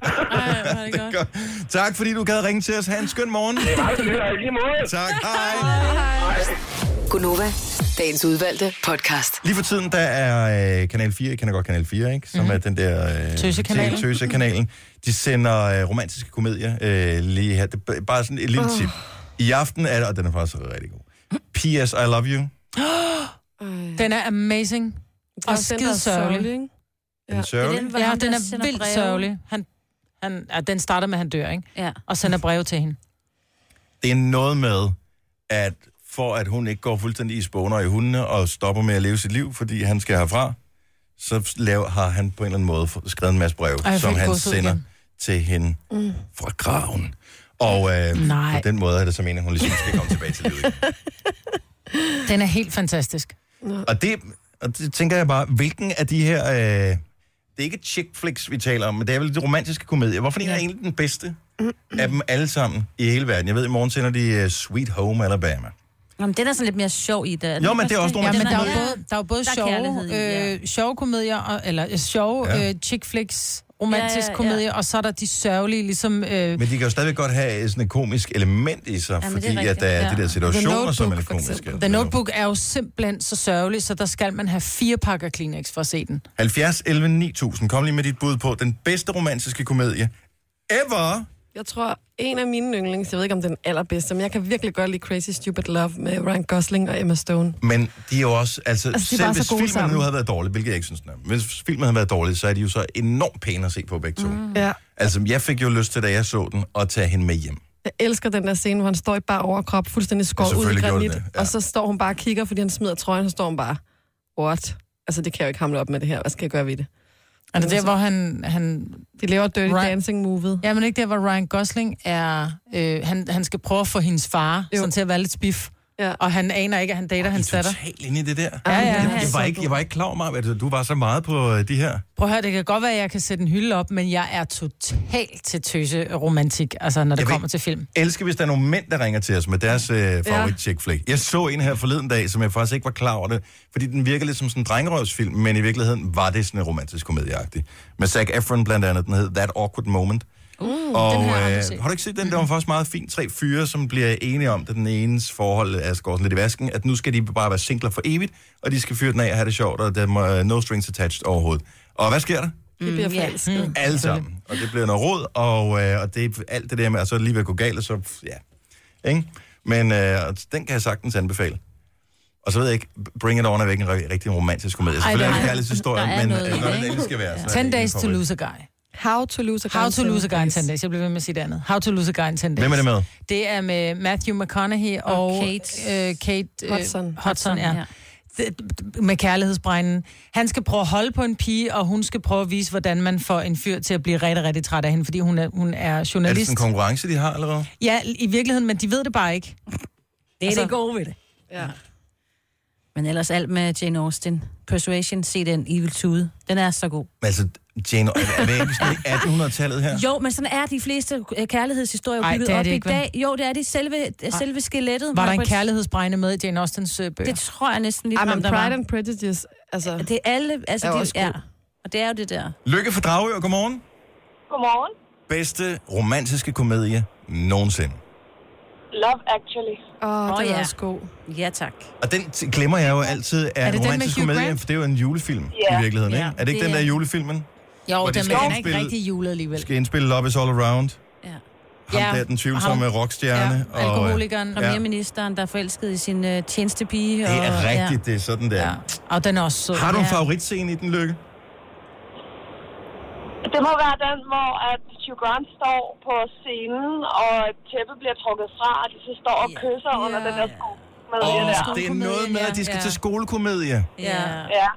Speaker 1: Det er godt. Tak, fordi du gad ringe til os. Ha' en skøn morgen. Det
Speaker 11: var det, og lige måde.
Speaker 1: Tak, hej.
Speaker 9: Gunova, dagens udvalgte podcast.
Speaker 1: Lige for tiden, der er øh, Kanal 4, I kender godt Kanal 4, ikke? Som mm. er den der... Øh,
Speaker 3: Mhm. Tøsekanalen.
Speaker 1: tv- Tøsekanalen. De sender øh, romantiske komedier øh, lige her. Det er bare sådan et lille
Speaker 3: Åh.
Speaker 1: tip. I aften er det, og den er faktisk rigtig god. P.S. I Love You.
Speaker 3: den er amazing. Og
Speaker 4: også den, der er
Speaker 3: skide
Speaker 4: sørgelig,
Speaker 3: sørgelig.
Speaker 1: Den ja. sørgelig.
Speaker 2: hvor
Speaker 3: Ja,
Speaker 2: ham,
Speaker 3: den
Speaker 2: der
Speaker 3: er
Speaker 2: sender
Speaker 3: vildt
Speaker 2: breve.
Speaker 3: sørgelig. Han, han, ja, den starter med, at han dør, ikke?
Speaker 2: Ja.
Speaker 3: Og sender breve til hende.
Speaker 1: Det er noget med, at for at hun ikke går fuldstændig i spåner i hundene og stopper med at leve sit liv, fordi han skal herfra, så laver, har han på en eller anden måde fået- skrevet en masse breve,
Speaker 3: Ej, jeg
Speaker 1: som
Speaker 3: fik
Speaker 1: han
Speaker 3: gåsehud
Speaker 1: sender
Speaker 3: igen.
Speaker 1: til hende
Speaker 3: Mm.
Speaker 1: fra graven. Og øh,
Speaker 3: Nej.
Speaker 1: på den måde er det så meningen, at hun ligesom skal komme tilbage til livet.
Speaker 3: <laughs> Den er helt fantastisk.
Speaker 1: Og det, og det tænker jeg bare, hvilken af de her... Øh, det er ikke chick flicks, vi taler om, men det er vel de romantiske komedier. Hvorfor ja. er egentlig den bedste af dem alle sammen i hele verden? Jeg ved, i morgen sender de uh, Sweet Home Alabama.
Speaker 2: Nå, men den er sådan lidt mere sjov i det. er den
Speaker 1: Jo, men
Speaker 2: ikke
Speaker 1: det er også
Speaker 2: det?
Speaker 1: nogle
Speaker 3: Ja, men der er jo
Speaker 2: den
Speaker 3: både, der er jo både
Speaker 2: Der er
Speaker 3: sjove,
Speaker 2: kærlighed i, ja.
Speaker 3: øh, sjove komedier, og, eller øh, sjove
Speaker 1: Ja.
Speaker 3: ja. øh, chick flicks, romantisk
Speaker 2: Ja, ja, ja.
Speaker 3: komedie, og så er der de sørgelige, ligesom... Øh,
Speaker 1: Men de kan jo stadigvæk godt have øh, sådan et komisk element i sig,
Speaker 3: Ja,
Speaker 1: ja,
Speaker 3: men det er
Speaker 1: fordi at
Speaker 3: rigtigt,
Speaker 1: der er
Speaker 3: ja.
Speaker 1: de der
Speaker 3: The
Speaker 1: situationer,
Speaker 3: Notebook,
Speaker 1: som er
Speaker 3: for
Speaker 1: komiske.
Speaker 3: The Notebook er jo simpelthen så sørgelig, så der skal man have fire pakker Kleenex for at se den.
Speaker 1: 70, 11, 9000. Kom lige med dit bud på den bedste romantiske komedie ever.
Speaker 4: Jeg tror, en af mine yndlings, jeg ved ikke om den allerbedste, men jeg kan virkelig godt lide Crazy Stupid Love med Ryan Gosling og Emma Stone.
Speaker 1: Men de er jo også, altså,
Speaker 4: Altså, de
Speaker 1: altså
Speaker 4: er
Speaker 1: selv
Speaker 4: bare så
Speaker 1: hvis
Speaker 4: gode
Speaker 1: filmen
Speaker 4: sammen.
Speaker 1: nu havde været dårlig, hvilket jeg ikke synes den er, hvis filmen havde været dårlig, så er de jo så enormt pæne at se på begge to. Mm.
Speaker 4: Ja.
Speaker 1: Altså, jeg fik jo lyst til, da jeg så den, at tage hende med hjem.
Speaker 4: Jeg elsker den der scene, hvor han står i bare overkrop, fuldstændig skåret ud i
Speaker 1: selvfølgelig gjorde
Speaker 4: granit,
Speaker 1: det,
Speaker 4: ja. og så står hun bare og kigger, fordi han smider trøjen, og så står hun bare, what? Altså, det kan jeg jo ikke hamle op med det her. Hvad skal jeg gøre ved det?
Speaker 3: Er det der, hvor han... han
Speaker 4: De laver Dirty Dancing-movet.
Speaker 3: Ja, men ikke der, hvor Ryan Gosling er... Øh, han, han skal prøve at få hendes far sådan til at være lidt spiff.
Speaker 4: Ja.
Speaker 3: Og han aner ikke, at han dater hans datter.
Speaker 1: Helt inde i det der.
Speaker 3: Ja, ja,
Speaker 1: jeg,
Speaker 3: ja.
Speaker 1: jeg, var ikke, jeg var ikke klar over, at du var så meget på øh, de her.
Speaker 3: Prøv at høre, det kan godt være, at jeg kan sætte en hylde op, men jeg er totalt til tøse romantik, altså når det kommer til film.
Speaker 1: elsker, hvis der er nogle mænd, der ringer til os med deres øh, favorit chick flick. Jeg så en her forleden dag, som jeg faktisk ikke var klar over det, fordi den virker lidt som sådan en drengerøvsfilm, men i virkeligheden var det sådan en romantisk komedieagtig. Med Zac Efron blandt andet, den hed That Awkward Moment.
Speaker 3: Uh,
Speaker 1: Og øh, har du ikke set den? Der var faktisk meget fint. Tre fyre, som bliver enige om, at den enes forhold er skåret sådan lidt i vasken, at nu skal de bare være singler for evigt, og de skal fyre den af og have det sjovt, og der må øh, no strings attached overhovedet. Og hvad sker der?
Speaker 4: Det bliver forelsket.
Speaker 1: Mm, alle sammen. Og det bliver noget råd, og, øh, og det er alt det der med, at så er det lige ved at gå galt, og så, ja. Ikke? Men øh, og den kan jeg sagtens anbefale. Og så ved jeg ikke, Bring It On er væk en ri- rigtig romantisk komedie. Selvfølgelig er det en kærlighedshistorie, men øh, når det endelig skal være, så er det
Speaker 3: 10
Speaker 1: en
Speaker 3: Days to
Speaker 1: favorit.
Speaker 3: Lose a Guy.
Speaker 4: How to Lose a Guy.
Speaker 3: How
Speaker 4: in
Speaker 3: to
Speaker 4: 10
Speaker 3: Lose a Guy in
Speaker 4: Days.
Speaker 3: 10 Days. Jeg bliver ved med at sige det andet. How to Lose a Guy in 10 Days.
Speaker 1: Hvem er det med?
Speaker 3: Det er med Matthew McConaughey og, og Kate, øh, Kate øh,
Speaker 4: Hudson.
Speaker 3: Hudson ja.
Speaker 4: Ja.
Speaker 3: Det- Med kærlighedsbregnen. Han skal prøve at holde på en pige, og hun skal prøve at vise, hvordan man får en fyr til at blive rigtig, rigtig træt af hende, fordi hun er, hun er
Speaker 1: Er det
Speaker 3: journalist.
Speaker 1: sådan en konkurrence, de har allerede?
Speaker 3: Ja, i virkeligheden, men de ved det bare ikke.
Speaker 2: Det er det gode ved det.
Speaker 4: Ja.
Speaker 2: Altså- Men ellers alt med Jane Austen. Persuasion, se den, Evil Tooth. Den er så god.
Speaker 1: Men altså, Jane, er, er det ikke sådan i 1800-tallet her?
Speaker 2: Jo, men sådan er de fleste øh, kærlighedshistorier
Speaker 3: Ej,
Speaker 2: bygget
Speaker 3: det er
Speaker 2: op
Speaker 3: det
Speaker 2: i
Speaker 3: ikke, vel?
Speaker 2: dag. Jo, det er de selve, selve skelettet.
Speaker 3: Var der en
Speaker 2: Margaret.
Speaker 3: kærlighedsbregne med i Jane Austens øh, bøger?
Speaker 2: Det tror jeg næsten lige,
Speaker 4: Ej, men
Speaker 2: om der
Speaker 4: Pride
Speaker 2: var.
Speaker 4: and Prejudice, altså...
Speaker 2: Det er alle, altså
Speaker 4: Er
Speaker 2: er
Speaker 4: også
Speaker 2: de,
Speaker 4: god.
Speaker 2: ja. Og det er jo det der.
Speaker 1: Lykke for Dragør, godmorgen.
Speaker 12: Godmorgen.
Speaker 1: Bedste romantiske komedie nogensinde.
Speaker 12: Love Actually.
Speaker 4: Åh,
Speaker 2: Åh,
Speaker 12: oh,
Speaker 2: ja.
Speaker 4: god.
Speaker 2: Ja, tak.
Speaker 1: Og den t- glemmer jeg jo altid er,
Speaker 2: Er
Speaker 1: er
Speaker 2: det den
Speaker 1: en
Speaker 2: med
Speaker 1: romantisk
Speaker 2: Hugh
Speaker 1: komedie,
Speaker 2: Grant?
Speaker 1: for det er jo en julefilm
Speaker 2: Ja.
Speaker 1: i virkeligheden,
Speaker 2: Ja.
Speaker 1: ikke? Er det ikke
Speaker 2: Det
Speaker 1: den der
Speaker 2: er-
Speaker 1: julefilmen? Hvor
Speaker 13: Jo,
Speaker 1: de
Speaker 13: den
Speaker 1: skal
Speaker 13: er den er
Speaker 1: indspille-
Speaker 13: ikke rigtig julet alligevel.
Speaker 1: Skal indspille Love is All Around. Ham
Speaker 2: Ja,
Speaker 1: der, den tvivlsomme
Speaker 2: og ham.
Speaker 1: rockstjerne.
Speaker 2: Ja, alkoholikeren,
Speaker 1: Og, øh, ja.
Speaker 2: premierministeren, der er forelsket i sin øh, tjenestepige.
Speaker 1: Det
Speaker 2: og,
Speaker 1: er rigtigt, det er sådan der.
Speaker 2: Ja. Og den er også sød.
Speaker 1: Har du en
Speaker 2: Ja.
Speaker 1: favoritscene i den, Lykke?
Speaker 12: Det må være den, hvor at Hugh Grant står på scenen, og et tæppe bliver trukket fra, og de så står og kysser under den der sko. Med
Speaker 1: Åh,
Speaker 12: der.
Speaker 1: det er noget med, at de skal til skolekomedie.
Speaker 12: Ja. ja.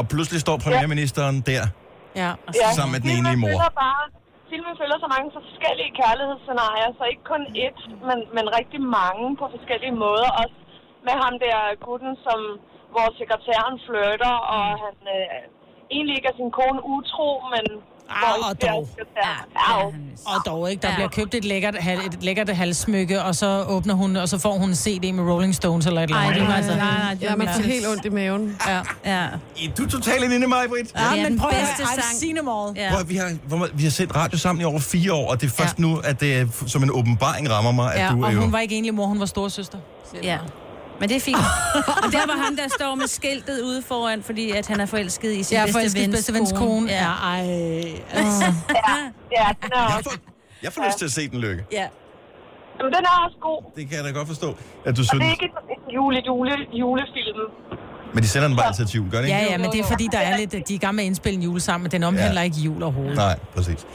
Speaker 1: Og pludselig står premierministeren der.
Speaker 12: Ja,
Speaker 1: Ja, sammen med den
Speaker 12: filmen
Speaker 1: enlige mor.
Speaker 12: følger Bare, filmen følger så mange forskellige kærlighedsscenarier, så ikke kun ét, men, men rigtig mange på forskellige måder. Også med ham der gutten, som hvor sekretæren flirter, og han øh, egentlig ikke er sin kone utro, men... hvor
Speaker 3: og
Speaker 12: det bliver
Speaker 3: dog.
Speaker 12: sekretæren.
Speaker 2: Ah,
Speaker 12: Ja, og-
Speaker 3: Og dog ikke. Der bliver købt et lækkert, hal- et lækkert halssmykke, og så åbner hun, og så får hun en CD med Rolling Stones eller et eller
Speaker 2: Ej,
Speaker 3: andet.
Speaker 2: det var altså... Nej, nej, det var
Speaker 4: Ja, man
Speaker 2: mit
Speaker 4: får
Speaker 2: tips.
Speaker 4: helt ondt i maven.
Speaker 3: Ja.
Speaker 2: Ja.
Speaker 1: I- Du er totalt inde i mig, Britt.
Speaker 3: Ja, Ah, men prøv at høre,
Speaker 2: bedste
Speaker 3: I've
Speaker 2: sang.
Speaker 3: seen them all.
Speaker 1: Prøv, at- vi, har, hvor meget- vi har set radio sammen i over fire år, og det er først ja. nu, at det er f- som en åbenbaring rammer mig, at
Speaker 3: Ja,
Speaker 1: du er
Speaker 3: og
Speaker 1: jo...
Speaker 3: hun var ikke egentlig mor, hun var storesøster.
Speaker 2: Ja. Men det er
Speaker 3: <laughs>
Speaker 2: fint. og der var ham, der står med skiltet ude foran, fordi at han er forelsket i sin
Speaker 3: Ja,
Speaker 2: bedste
Speaker 3: forelsket i
Speaker 2: vens
Speaker 3: bedste vens kone. Ja, ej.
Speaker 2: Altså.
Speaker 12: ja, den er
Speaker 1: også... Jeg får lyst til at se den, Lykke.
Speaker 2: Ja.
Speaker 12: Jamen, den er også god.
Speaker 1: Det kan jeg da godt forstå, at du
Speaker 12: Og det
Speaker 1: synes.
Speaker 12: er ikke en jule, jule, julefilm.
Speaker 1: Men de sender den bare altid til jul, gør det ikke?
Speaker 3: Ja, ja, men det er fordi, der er lidt, de er i gang med at indspille en jul sammen, men den omhandler ikke jul overhovedet.
Speaker 1: Nej, præcis.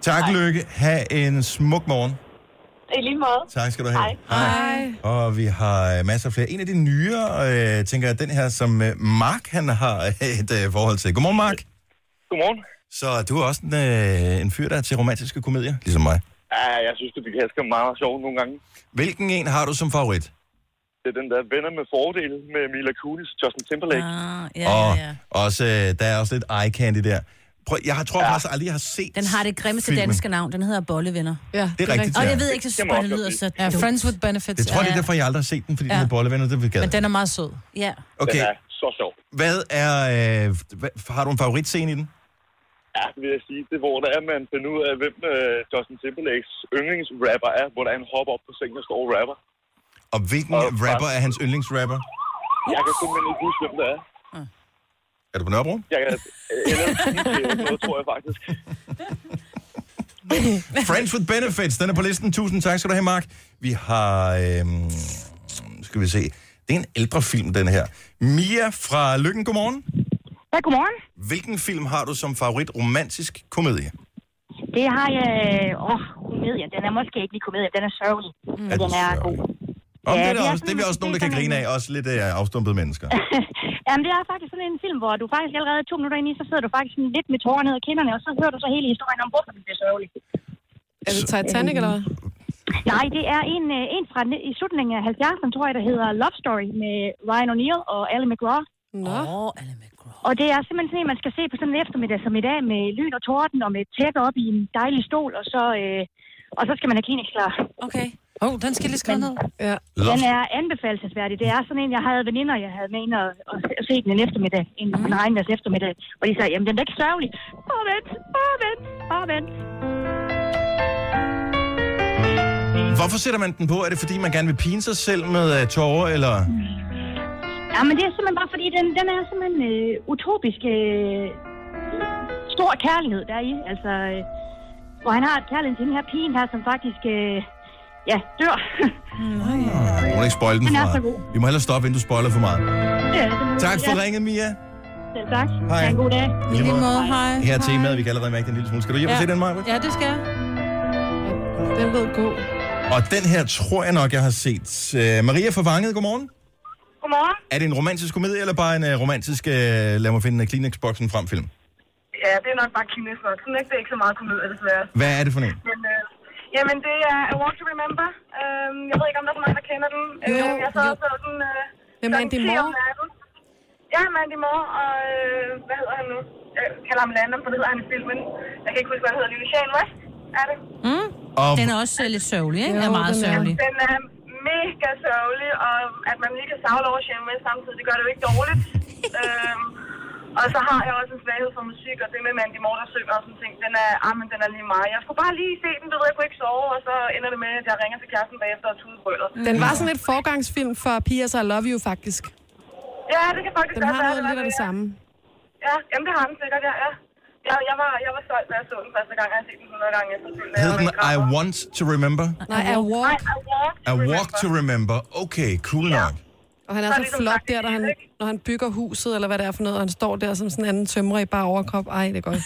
Speaker 1: Tak, Lykke. Ha' en smuk morgen.
Speaker 12: I lige måde.
Speaker 1: Tak skal du have.
Speaker 12: Hej.
Speaker 1: Og vi har øh, masser af flere. En af de nyere, øh, tænker jeg, den her, som øh, Mark han har et øh, forhold til. Godmorgen, Mark.
Speaker 14: Godmorgen.
Speaker 1: Så du er også en, øh, en fyr, der er til romantiske komedier, ligesom mig.
Speaker 14: Ja, jeg synes, det bliver ganske meget, meget sjovt nogle gange.
Speaker 1: Hvilken en har du som favorit?
Speaker 14: Det er den der venner med fordel med Mila Kunis og Justin Timberlake.
Speaker 2: Ah,
Speaker 1: og Også, øh, der er også lidt eye candy der. Prøv, jeg tror ja. faktisk aldrig, jeg har set
Speaker 2: Den har det grimmeste
Speaker 1: filmen.
Speaker 2: danske navn. Den hedder Bollevenner.
Speaker 4: Ja, det er
Speaker 1: rigtigt, rigtigt,
Speaker 2: Og
Speaker 1: ja.
Speaker 2: jeg ved ikke, så
Speaker 1: Det må
Speaker 2: spørger det
Speaker 1: også
Speaker 2: lyder
Speaker 1: godt
Speaker 2: så
Speaker 3: Ja, Friends with Benefits.
Speaker 1: Jeg tror,
Speaker 3: ja.
Speaker 1: det er derfor, jeg aldrig har set den, fordi ja.
Speaker 3: Ja.
Speaker 1: den er bollevenner, det vil jeg
Speaker 3: Men den er meget sød.
Speaker 2: Ja.
Speaker 14: Den
Speaker 1: Okay.
Speaker 14: er så sjov.
Speaker 1: Hvad er... Øh, hvad, har du en favoritscene i den?
Speaker 14: Ja, det vil jeg sige. Det er, hvor der er, man finder ud af, hvem øh, Justin Timberlakes yndlingsrapper er, hvor der er en hop op på sengen og står og rapper.
Speaker 1: Og hvilken
Speaker 14: Og
Speaker 1: rapper
Speaker 14: faktisk-
Speaker 1: er hans yndlingsrapper?
Speaker 14: Jeg kan simpelthen ikke huske, hvem det er.
Speaker 1: Er du på Nørrebro?
Speaker 14: Jeg kan, øh, eller
Speaker 12: <laughs>
Speaker 14: noget, tror jeg faktisk.
Speaker 1: Friends with Benefits, den er på listen. Tusind tak skal du have, Mark. Vi har... Øh, skal vi se. Det er en ældre film, den her. Mia fra Lykken, godmorgen.
Speaker 15: Ja, godmorgen.
Speaker 1: Hvilken film har du som favorit romantisk komedie?
Speaker 15: Det har jeg... Åh, komedie. Den er måske ikke lige komedie. Den er sørgelig. Mm.
Speaker 1: Er den
Speaker 15: den er god.
Speaker 1: Om
Speaker 15: Ja,
Speaker 1: det, er
Speaker 15: det
Speaker 1: der
Speaker 15: er
Speaker 1: også, det er
Speaker 15: sådan-
Speaker 1: vi også nogen, der kan grine af. Også lidt øh, afstumpede mennesker.
Speaker 15: <laughs> Jamen, det er faktisk sådan en film, hvor du faktisk allerede to minutter ind i, så sidder du faktisk sådan lidt med tårer ned ad kinderne, og så hører du så hele historien om, hvorfor det bliver sørgeligt.
Speaker 4: Er det Titanic, eller hvad?
Speaker 15: Nej, det er en, øh, en fra ne- i slutningen af 70'erne, tror jeg, der hedder Love Story med Ryan O'Neill og Ally McGraw.
Speaker 4: Nå.
Speaker 2: Oh,
Speaker 15: Og det er simpelthen sådan en, man skal se på sådan en eftermiddag som i dag med lyn og torden og med et tæppe op i en dejlig stol, og så, øh, og så skal man have Kleenex klar.
Speaker 2: Okay.
Speaker 3: Åh, oh, den skal lige skrive ned.
Speaker 4: Ja.
Speaker 15: Den er anbefalesværdig. Det er sådan en, jeg havde veninder, jeg havde med ind og, og, og se den en eftermiddag, en mm. regnværs eftermiddag, hvor de sagde, jamen den er da ikke sørgelig. Åh, vent, åh, vent, åh, vent.
Speaker 1: Hvorfor sætter man den på? Er det, fordi man gerne vil pine sig selv med øh, tårer, eller...
Speaker 15: Ja, men det er simpelthen bare, fordi den, den er simpelthen øh, utopisk øh, stor kærlighed, der er i. Altså, øh, hvor han har et kærlighed til den her pige her, som faktisk, øh, ja, dør. <laughs> Nej.
Speaker 1: Nå, Må du ikke spoil den for
Speaker 15: Den er så
Speaker 1: meget?
Speaker 15: god.
Speaker 1: Vi må hellere stoppe, inden du spoiler for meget. Tak for ringet, Mia.
Speaker 15: Selv tak.
Speaker 1: Hej.
Speaker 15: Ha' en god dag.
Speaker 1: I lige måde.
Speaker 3: Hej.
Speaker 1: Her er temaet, vi kan allerede mærke den en lille smule. Skal du hjem og se den, Maja?
Speaker 3: Ja, det skal jeg.
Speaker 4: Den lød god.
Speaker 1: Og den her tror jeg nok, jeg har set. Øh, Maria fra Vanget, godmorgen.
Speaker 12: Godmorgen.
Speaker 1: Er det en romantisk komedie, eller bare en øh, romantisk, øh, lad mig finde Kleenex-boksen frem film?
Speaker 12: Ja, det er nok bare Kines nok. Sådan ikke, det er ikke så meget komedie, desværre.
Speaker 1: Hvad er det for en?
Speaker 12: Men, øh, jamen, det er A Walk to Remember. Øhm, jeg ved ikke, om der er så mange, der kender den.
Speaker 4: Jo,
Speaker 12: øh, jeg sad
Speaker 4: jo.
Speaker 12: og så den... Øh,
Speaker 4: Med
Speaker 12: klokken
Speaker 4: Mandy
Speaker 12: 10 om
Speaker 4: Moore?
Speaker 12: natten. Ja, Mandy Moore og... Øh, hvad hedder han nu? Jeg kalder ham Landon, for det hedder han i filmen. Jeg kan ikke huske, hvad han hedder. Lucien West er det.
Speaker 2: Mm.
Speaker 1: Og...
Speaker 2: Den er også øh, lidt sørgelig, ikke? Den er
Speaker 12: Jo,
Speaker 2: meget sørgelig.
Speaker 12: Den er mega sørgelig, og at man lige kan savle over Shane West samtidig, det gør det jo ikke
Speaker 4: <laughs>
Speaker 12: dårligt. øhm, og så har jeg også en svaghed for musik, og det med Mandy Moore, der synger og sådan ting, den er, ah, men den er lige meget. Jeg skulle bare lige se den, du ved, jeg kunne ikke sove, og så ender det med, at jeg ringer til kæresten bagefter og tudebrøler.
Speaker 4: Den var sådan lidt forgangsfilm for Pia, så I love you, faktisk.
Speaker 12: Ja, det kan faktisk
Speaker 4: Den
Speaker 12: godt
Speaker 4: har
Speaker 12: være,
Speaker 4: noget
Speaker 12: det var
Speaker 4: lidt af det
Speaker 12: det, ja.
Speaker 4: samme.
Speaker 12: Ja, jamen det har den sikkert, ja. ja. Jeg, jeg, var, jeg var solgt, da jeg så den første gang, og jeg har set den 100 gange efterfølgende.
Speaker 1: Hed den
Speaker 12: Og man
Speaker 1: I
Speaker 12: græder.
Speaker 1: Want to Remember?
Speaker 4: Nej, I Walk.
Speaker 12: Nej, I
Speaker 1: A
Speaker 12: Walk.
Speaker 1: Walk to Remember. Okay, cool nok.
Speaker 4: Og han er
Speaker 12: Så er
Speaker 4: så
Speaker 12: det ligesom
Speaker 4: flot
Speaker 12: sagt,
Speaker 4: der, når han, når han bygger huset, eller hvad det er for noget, og han står der som sådan en anden tømrer i bare overkrop. Ej, det er godt.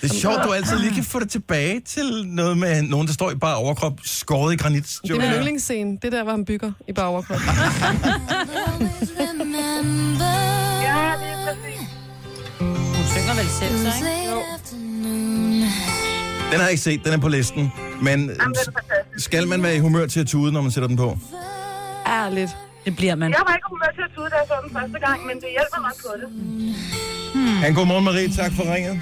Speaker 1: Det er sjovt, du altid lige kan få det tilbage til noget med nogen, der står i bare overkrop, skåret i granit.
Speaker 4: Det er min yndlingsscene. Det er der, hvor han bygger i bare <laughs> overkrop.
Speaker 12: Ja, det er præcis.
Speaker 2: Hun synger vel selv, så, ikke?
Speaker 12: Jo.
Speaker 1: Den har jeg ikke set, den er på listen. Men skal man være i humør til at tude, når man sætter den på?
Speaker 4: Ærligt.
Speaker 2: Det bliver man.
Speaker 12: Jeg var ikke humør til at tude, da jeg så den første gang, men det hjælper mig på det.
Speaker 1: Hmm. Han, godmorgen Marie, tak for ringet.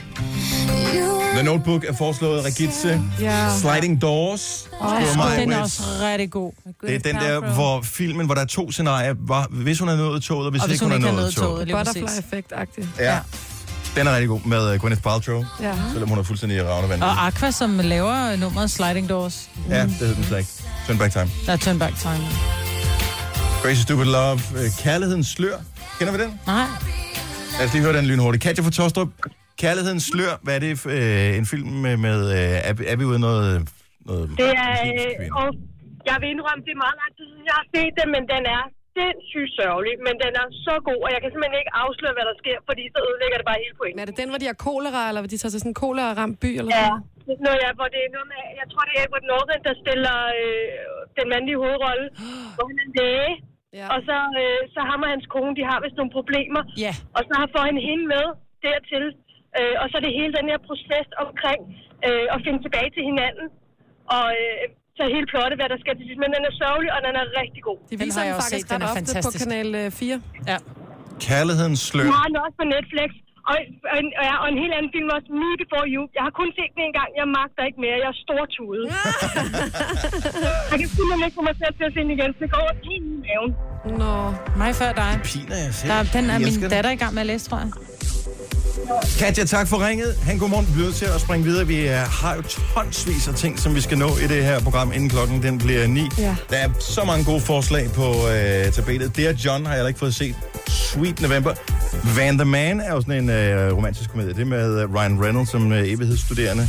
Speaker 1: The Notebook er foreslået Regitze.
Speaker 3: Ja.
Speaker 1: Sliding Doors.
Speaker 3: Åh,
Speaker 1: skriver Maja
Speaker 3: den er
Speaker 1: Witt.
Speaker 3: også rigtig god.
Speaker 1: Det er den der, hvor filmen, hvor der er to scenarier, var, hvis hun havde nået toget, og hvis,
Speaker 3: Og hvis
Speaker 1: ikke
Speaker 3: hun
Speaker 1: hun
Speaker 3: ikke
Speaker 1: havde
Speaker 3: havde
Speaker 1: nået
Speaker 3: nået
Speaker 1: toget.
Speaker 3: lige præcis.
Speaker 4: Butterfly-effekt-agtigt.
Speaker 1: Ja. Den er rigtig god med øh, Gwyneth Paltrow,
Speaker 4: Ja.
Speaker 1: selvom hun er fuldstændig ravne
Speaker 3: Og Aqua, som laver nummeret Sliding Doors.
Speaker 1: Ja, det hed den så ikke. Turn back time.
Speaker 3: Der er Turn Back Time.
Speaker 1: Crazy Stupid Love. øh, Kærlighedens slør. Kender vi den?
Speaker 3: Nej.
Speaker 1: Lad os lige høre den lynhurtigt. Katja fra Tostrup. Kærlighedens slør. Hvad er det for øh, en film med, med øh, Abby, Abby ude noget... noget
Speaker 13: Det er, øh, og jeg vil indrømme, det er meget lang tid, siden jeg har set den, men den er sindssygt sørgelig, men den er så god, og jeg kan simpelthen ikke afsløre, hvad der sker, fordi så ødelægger det bare hele pointen.
Speaker 4: Men er det den, hvor de har kolera, eller hvor de tager til sådan en kolera-ramt by? Eller
Speaker 13: Ja,
Speaker 4: sådan?
Speaker 13: Nå, ja, hvor det er noget med, jeg tror, det er Edward Norton, der stiller øh, den mandlige hovedrolle, hvor han er læge,
Speaker 4: <gasps> ja.
Speaker 13: og så, øh, så ham og hans kone, de har vist nogle problemer,
Speaker 3: Ja.
Speaker 13: og så har får han hende med dertil, øh, og så er det hele den her proces omkring øh, at finde tilbage til hinanden, og øh, så hele plottet, hvad der skal til sidst, men den er sørgelig, og den er rigtig god.
Speaker 4: De viser den, faktisk ret ofte på kanal øh, 4.
Speaker 3: Ja.
Speaker 1: Kærlighedens slør.
Speaker 13: Ja, den er også på Netflix. Og, og, en, og, ja, og en helt anden film også, Me Before You. Jeg har kun set den en gang. Jeg magter ikke mere. Jeg er stortude. jeg kan simpelthen ikke få mig selv til at se den igen. så Det går helt i maven.
Speaker 4: Nå.
Speaker 3: Mig før dig.
Speaker 1: Piner jeg selv.
Speaker 3: Der, den er
Speaker 1: Jeg elsker
Speaker 3: min
Speaker 1: den.
Speaker 3: datter i gang med at læse, tror jeg.
Speaker 1: Katja, tak for ringet. Han, godmorgen. Vi bliver nødt til at springe videre. Vi øh, har jo tonsvis af ting, som vi skal nå i det her program, inden klokken den bliver 9.
Speaker 4: Ja.
Speaker 1: Der er så mange gode forslag på øh, tabellet. Det er John, har jeg heller ikke fået set. Sweet November. Van the Man er jo sådan en øh, romantisk komedie. Det er med øh, Ryan Reynolds som øh, evighedsstuderende,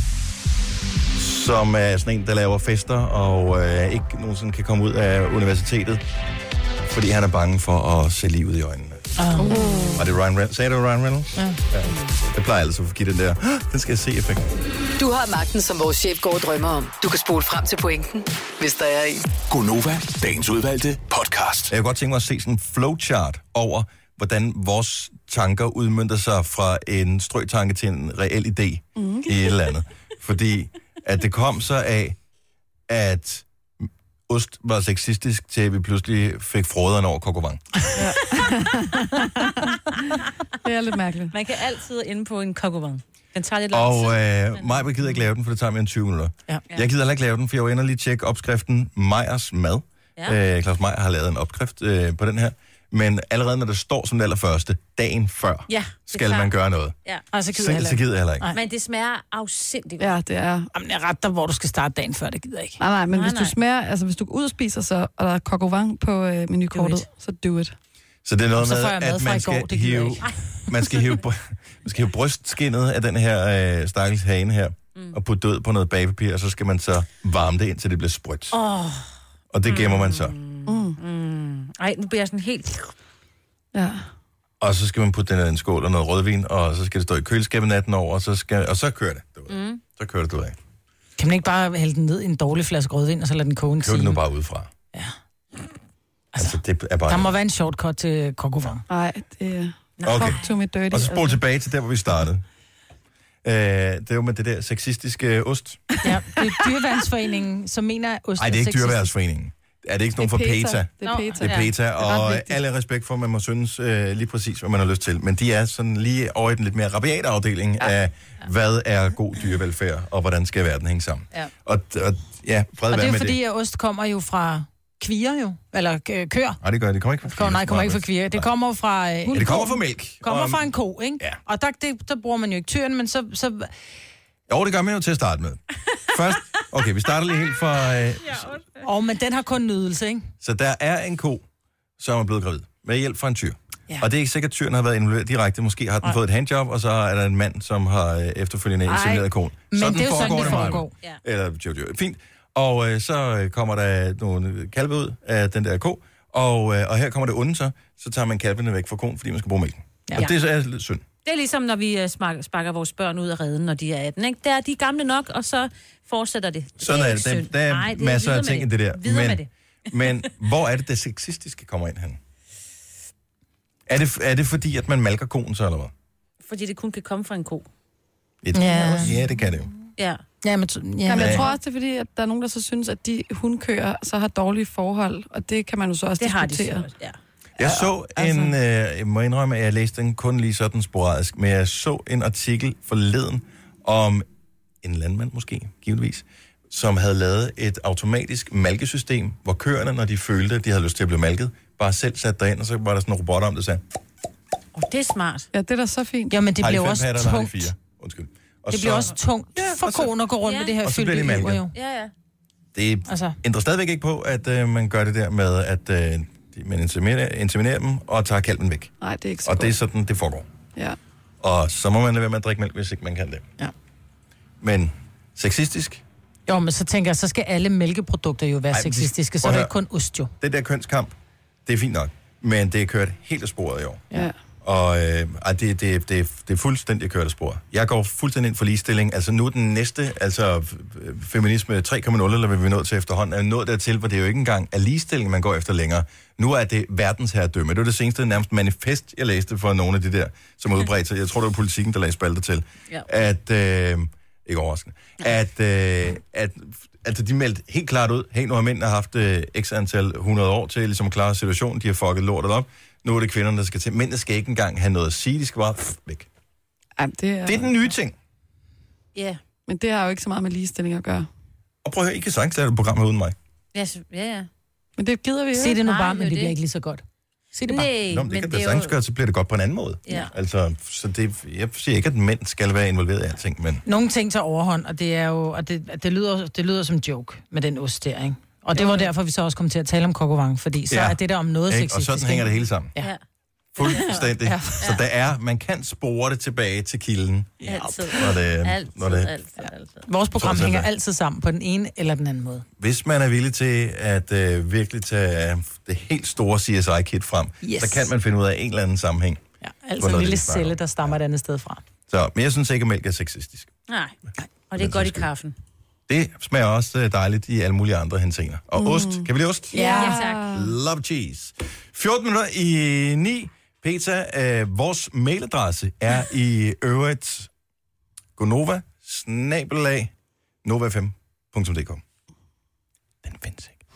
Speaker 1: som er sådan en, der laver fester og øh, ikke nogensinde kan komme ud af universitetet, fordi han er bange for at se livet i øjnene. Var det Ryan Reynolds? Sagde du Ryan Reynolds?
Speaker 3: Ja.
Speaker 1: ja. Jeg plejer altså at give den der, "Hå, den skal jeg se effekt.
Speaker 9: Du har magten, som vores chef går og drømmer om. Du kan spole frem til pointen, hvis der er en.
Speaker 1: Gonova, dagens udvalgte podcast. Jeg kunne godt tænke mig at se sådan en flowchart over, hvordan vores tanker udmyndter sig fra en strøtanke til en reel idé mm. i et eller andet. Fordi at det kom så af, at ost var sexistisk, til vi pludselig fik froderen over kokovang.
Speaker 2: det er lidt mærkeligt. Man kan altid inde på en kokobong. Den tager lidt lang tid.
Speaker 1: Og øh, Maja gider ikke lave den, for det tager mere end 20 minutter.
Speaker 2: Ja.
Speaker 1: Jeg gider heller ikke lave den, for jeg var inde og lige tjekke opskriften Meyers Mad. Ja. Øh, Claus Meyer har lavet en opskrift øh, på den her. Men allerede når det står som det allerførste, dagen før,
Speaker 2: Ja, det er
Speaker 1: skal
Speaker 2: klart.
Speaker 1: man gøre noget.
Speaker 2: Ja.
Speaker 3: Og så gider
Speaker 1: Så-
Speaker 3: jeg heller
Speaker 1: så gider jeg heller ikke.
Speaker 2: Nej. Men det smager afsindigt.
Speaker 4: Ja, det er.
Speaker 3: Jamen, jeg ret dig, hvor du skal starte dagen før, det gider jeg ikke.
Speaker 4: Nej, nej, men nej, hvis
Speaker 3: nej.
Speaker 4: du smager, altså hvis du går ud og spiser, så, og der er kokovang på øh, menukortet, så do it.
Speaker 1: Så det er noget
Speaker 4: Så
Speaker 1: med,
Speaker 4: får jeg mad
Speaker 1: at
Speaker 4: fra
Speaker 1: man
Speaker 4: i går,
Speaker 1: skal,
Speaker 4: det gider jeg
Speaker 1: hive,
Speaker 4: ikke.
Speaker 1: man, skal hive, br- man skal hive brystskinnet af den her øh, stakkels hane her, mm. og putte død på noget bagpapir, og så skal man så varme det, indtil det bliver sprødt.
Speaker 2: Åh,
Speaker 1: Og det gemmer man så.
Speaker 2: mm. Ej, nu bliver jeg sådan helt...
Speaker 4: Ja.
Speaker 1: Og så skal man putte den i en skål og noget rødvin, og så skal det stå i køleskabet natten over, og så, skal, og så kører det. Mm. Så kører det, du af.
Speaker 3: Kan man ikke bare hælde den ned i en dårlig flaske rødvin, og så lade den koge en
Speaker 1: Køb det nu
Speaker 3: time?
Speaker 1: bare udefra. Ja. Altså, det er bare...
Speaker 3: Der må være en shortcut til kokovang.
Speaker 4: Nej, det
Speaker 1: er- Okay.
Speaker 4: Fuck to me dirty.
Speaker 1: Og så spol tilbage til der, hvor vi startede. Øh, det var med det der sexistiske øh, ost.
Speaker 3: Ja, det er dyreværnsforeningen, som mener, at ost
Speaker 1: Nej, det er ikke
Speaker 3: sexistisk.
Speaker 1: dyreværelsesforeningen. Er det ikke nogen fra
Speaker 3: Det er PETA.
Speaker 1: PETA?
Speaker 3: Det er PETA.
Speaker 1: Det er
Speaker 3: Ja.
Speaker 1: PETA,
Speaker 3: Det er ret
Speaker 1: og
Speaker 3: vigtigt.
Speaker 1: alle respekt for, at man må synes øh, lige præcis, hvad man har lyst til. Men de er sådan lige over i den lidt mere rabiate afdeling ja. af, hvad er god dyrevelfærd, og hvordan skal verden hænge sammen.
Speaker 3: Ja.
Speaker 1: Og, og ja, fred
Speaker 3: Og det
Speaker 1: være
Speaker 3: er
Speaker 1: med
Speaker 3: fordi,
Speaker 1: det.
Speaker 3: at ost kommer jo fra kvier jo, eller øh, køer.
Speaker 1: Nej, det gør det. Det kommer ikke fra
Speaker 3: Kom, nej, det kommer ikke fra
Speaker 1: Marcus.
Speaker 3: kvier. Det kommer jo fra... Øh,
Speaker 1: Ja, det kommer fra mælk.
Speaker 3: kommer
Speaker 1: Og- øhm,
Speaker 3: fra en ko, ikke? Ja. Og der, det, der bruger man jo ikke tyren, men så... så
Speaker 1: Jo, det gør man jo til at starte med. Først, okay, vi starter lige helt fra... Øh,
Speaker 3: og, men den har kun nydelse, ikke?
Speaker 1: så der er en ko, som er blevet gravid med hjælp fra en tyr. Ja. Og det er ikke sikkert, at tyren har været involveret direkte. Måske har den fået et handjob, og så er der en mand, som har øh, efterfølgende
Speaker 3: Ej.
Speaker 1: insemineret konen.
Speaker 3: Men det er jo sådan, det
Speaker 1: Maja.
Speaker 3: foregår.
Speaker 2: Ja.
Speaker 1: Eller Jojo. Fint. Og øh, så øh, kommer der nogle kalve ud af den der ko, og, øh, og her kommer det onde så. Så tager man kalvene væk fra koen, fordi man skal bruge mælken.
Speaker 2: Ja.
Speaker 1: Ja. Og det er så er lidt synd.
Speaker 2: Det er ligesom, når vi øh, sparker, sparker vores børn ud af redden, når de er 18. Ikke? Der er de gamle nok, og så fortsætter det.
Speaker 1: Sådan
Speaker 2: det
Speaker 1: er
Speaker 2: er
Speaker 1: det. Der,
Speaker 2: synd.
Speaker 1: der er
Speaker 2: Nej, det
Speaker 1: masser
Speaker 2: videre
Speaker 1: af
Speaker 2: med
Speaker 1: ting i
Speaker 2: det.
Speaker 1: det der.
Speaker 2: Videre med det.
Speaker 1: <laughs> men hvor er det, det sexistiske kommer ind hen? Er det, er det fordi, at man malker konen så, eller hvad?
Speaker 2: Fordi det kun kan komme fra en ko.
Speaker 1: Et,
Speaker 2: Ja.
Speaker 1: ja, det kan det jo.
Speaker 2: Ja.
Speaker 3: Ja, men,
Speaker 4: Ja. Jamen, jeg tror også, det er fordi, at der er nogen, der så synes, at de hundkøer så har dårlige forhold, og det kan man jo så også
Speaker 2: Det har de
Speaker 4: diskutere.
Speaker 2: så også, ja. altså-
Speaker 1: Jeg så en, øh, jeg må indrømme, at jeg læste den kun lige sådan sporadisk, men jeg så en artikel forleden om en landmand måske, givetvis, som havde lavet et automatisk malkesystem, hvor køerne, når de følte, at de havde lyst til at blive malket, bare selv satte derind, og så var der sådan en robot om, der sagde,
Speaker 2: Oh, det er smart.
Speaker 4: Ja, det er da så fint.
Speaker 3: Ja, men det
Speaker 1: har de
Speaker 3: bliver
Speaker 1: fem
Speaker 3: også
Speaker 1: patter, eller har de
Speaker 3: tungt.
Speaker 1: fire? Undskyld.
Speaker 3: Og det bliver også tungt ja, for konen at gå rundt
Speaker 2: Ja.
Speaker 3: ja. med det her
Speaker 1: Og så bliver
Speaker 3: fyldte
Speaker 1: de malket.
Speaker 3: lever jo.
Speaker 2: Ja, ja.
Speaker 1: Det
Speaker 3: Altså.
Speaker 1: altså. ændrer stadigvæk ikke på, at øh, man gør det der med, at øh, de- man inseminerer, inseminerer dem og tager kalven væk.
Speaker 4: Nej, det er ikke så
Speaker 1: Og det er
Speaker 4: godt.
Speaker 1: sådan, det foregår.
Speaker 4: Ja.
Speaker 1: Og så må man lade være med at drikke mælk, hvis ikke man kan det.
Speaker 3: Ja.
Speaker 1: Men sexistisk,
Speaker 3: Jo, men så tænker jeg, så skal alle mælkeprodukter jo være
Speaker 1: Ej, men de-
Speaker 3: sexistiske, så
Speaker 1: prøv
Speaker 3: er
Speaker 1: at
Speaker 3: det ikke kun ost jo.
Speaker 1: det der kønskamp, det er fint nok. Men det er kørt helt af sporet i år.
Speaker 4: Ja.
Speaker 1: Og øh, ej, det, det, det, det er fuldstændig kørt af spor. Jeg går fuldstændig ind for ligestilling. Altså nu er den næste, altså f- øh, feminisme 3.0, eller hvad vi er nået til efterhånden, er nået dertil, hvor det jo ikke engang er ligestilling, man går efter længere. Nu er det verdensherredømme. Det var det seneste nærmest manifest, jeg læste for nogle af de der, som udbredte sig. Jeg tror, det var politikken, der lagde spalter til.
Speaker 2: Ja.
Speaker 1: At, øh, ikke overraskende, at, øh, at Altså, de meldte helt klart ud, hey, nu har mænd haft øh, x antal 100 år til ligesom at klare situationen, de har fucket lortet op, nu er det kvinderne, der skal til. Mændene skal ikke engang have noget at sige, de skal bare pff, væk.
Speaker 4: Jamen, det, er,
Speaker 1: Det er den nye ting.
Speaker 2: Ja,
Speaker 4: Men det har jo ikke så meget med ligestilling at gøre.
Speaker 1: Og prøv at høre, I kan sagtens lave et program her uden mig.
Speaker 2: ja, så- ja. ja.
Speaker 4: Men det gider vi jo
Speaker 3: Se det nu
Speaker 2: Nej,
Speaker 3: bare,
Speaker 2: det er
Speaker 3: men det
Speaker 2: det.
Speaker 3: bliver ikke lige så godt. Se det bare.
Speaker 2: Nej,
Speaker 1: Nå, men det kan
Speaker 2: men det
Speaker 1: da
Speaker 2: er jo...
Speaker 1: sagtens gøre, så bliver det godt på en anden måde.
Speaker 2: Ja.
Speaker 1: Altså, så det, jeg siger ikke, at mænd skal være involveret i alting, men
Speaker 3: Nogle ting tager overhånd, og det er jo, og det, det, lyder, det lyder som en joke med den ost der, ikke? Og det var derfor, vi så også kom til at tale om kokovang, fordi så
Speaker 1: Ja.
Speaker 3: er det der om noget
Speaker 1: Ikke?
Speaker 3: sexistisk.
Speaker 1: Og sådan hænger det hele sammen.
Speaker 3: Ja.
Speaker 1: fuldstændig. Så der er, man kan spore det tilbage til kilden,
Speaker 2: Altid.
Speaker 1: når det, når det,
Speaker 2: altid, altid.
Speaker 3: Vores program
Speaker 1: Sådan er
Speaker 3: hænger
Speaker 1: det.
Speaker 3: altid sammen på den ene eller den anden måde.
Speaker 1: Hvis man er villig til at øh, virkelig tage øh, det helt store CSI-kit frem,
Speaker 3: Yes.
Speaker 1: yes. så kan man finde ud af en eller anden sammenhæng.
Speaker 3: Ja,
Speaker 1: Hvor
Speaker 3: altså en
Speaker 1: noget
Speaker 3: lille
Speaker 1: det, vi snakker
Speaker 3: celle, der stammer et andet sted fra.
Speaker 1: Så, men jeg synes ikke, at mælk er sexistisk.
Speaker 2: Nej, og det er godt i kaffen.
Speaker 1: Det smager også øh, dejligt i alle mulige andre hensener. Og mm. ost. Kan vi lide ost?
Speaker 2: Ja, tak.
Speaker 1: Love cheese. 14 minutter i 9. Peter, øh, vores mailadresse er i øvrigt gonova snabelag nova5.dk. Den findes ikke.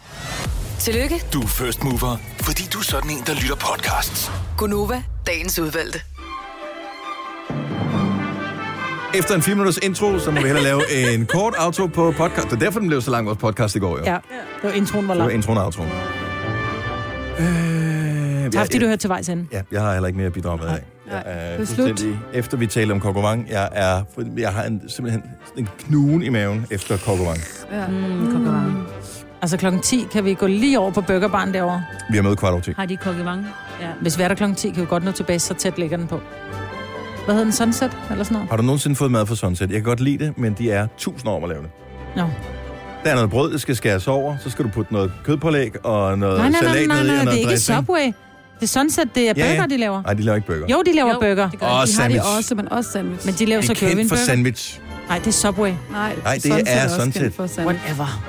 Speaker 9: Tillykke,
Speaker 5: Du er first mover, fordi du er sådan en, der lytter podcasts.
Speaker 9: Gunova, dagens udvalgte.
Speaker 1: Efter en 4 minutters intro, så må vi hellere lave en kort outro på podcast. Det er derfor, den blev så lang, vores podcast i går, jo.
Speaker 3: Ja, det var introen, var
Speaker 1: Det var
Speaker 3: lang.
Speaker 1: introen og outroen. Øh,
Speaker 3: Tak fordi
Speaker 1: jeg-
Speaker 3: du hørte til vejs ende.
Speaker 1: Ja, jeg har heller ikke mere at bidrage med. Nej, jeg er
Speaker 4: det er slut.
Speaker 1: fuldstændig- Efter vi taler om kokovang, jeg, er, jeg har en, simpelthen en knugen i maven efter kokovang.
Speaker 4: Ja.
Speaker 2: Mm, kokkevang.
Speaker 3: Altså klokken 10 kan vi gå lige over på burgerbaren derovre.
Speaker 1: Vi har mødt kvart over ti.
Speaker 2: Har de kokkevang? Ja.
Speaker 3: Hvis vi er der klokken 10, kan vi godt nå tilbage, så tæt ligger den på. Hvad hedder den? Sunset? Eller sådan noget?
Speaker 1: Har du nogensinde fået mad fra Sunset? Jeg kan godt lide det, men de er tusind år om at lave det.
Speaker 3: Nå.
Speaker 1: Der er noget brød, der skal skæres over, så skal du putte noget kødpålæg og noget
Speaker 3: Nej, nej,
Speaker 1: salat
Speaker 3: nej, nej,
Speaker 1: ned i,
Speaker 3: nej,
Speaker 1: og
Speaker 3: det
Speaker 1: noget
Speaker 3: er ikke
Speaker 1: dressing.
Speaker 3: Subway. Det er Sunset, det er burger, de laver.
Speaker 1: Nej, de laver ikke burger.
Speaker 3: Jo, de laver
Speaker 4: Jo,
Speaker 3: burger.
Speaker 4: det
Speaker 1: gør de. Og
Speaker 4: de har de
Speaker 1: sandwich.
Speaker 4: også, men også sandwich.
Speaker 3: Men de laver
Speaker 1: de
Speaker 3: så
Speaker 1: er kendt
Speaker 3: Kelvin
Speaker 1: for
Speaker 3: burger.
Speaker 1: sandwich.
Speaker 3: Nej, det er Subway.
Speaker 4: Nej,
Speaker 1: Nej, det
Speaker 4: Sunset
Speaker 1: er
Speaker 4: også kendt
Speaker 1: Sunset.
Speaker 4: for sandwich.
Speaker 3: Whatever.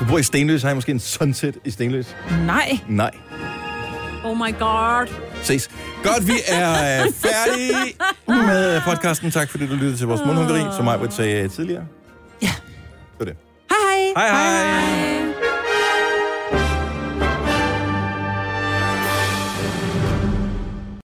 Speaker 1: Du bor i Stenløs, har jeg måske en Sunset i Stenløs?
Speaker 3: Nej.
Speaker 1: Nej.
Speaker 2: Oh my god.
Speaker 1: Ses. Godt, vi er øh,
Speaker 3: <laughs>
Speaker 1: færdige med podcasten. Tak fordi du lyttede til vores mundhuggeri, som jeg sagde tidligere. Ja. Det var det.
Speaker 3: Hej hej.
Speaker 1: Hej hej. hej.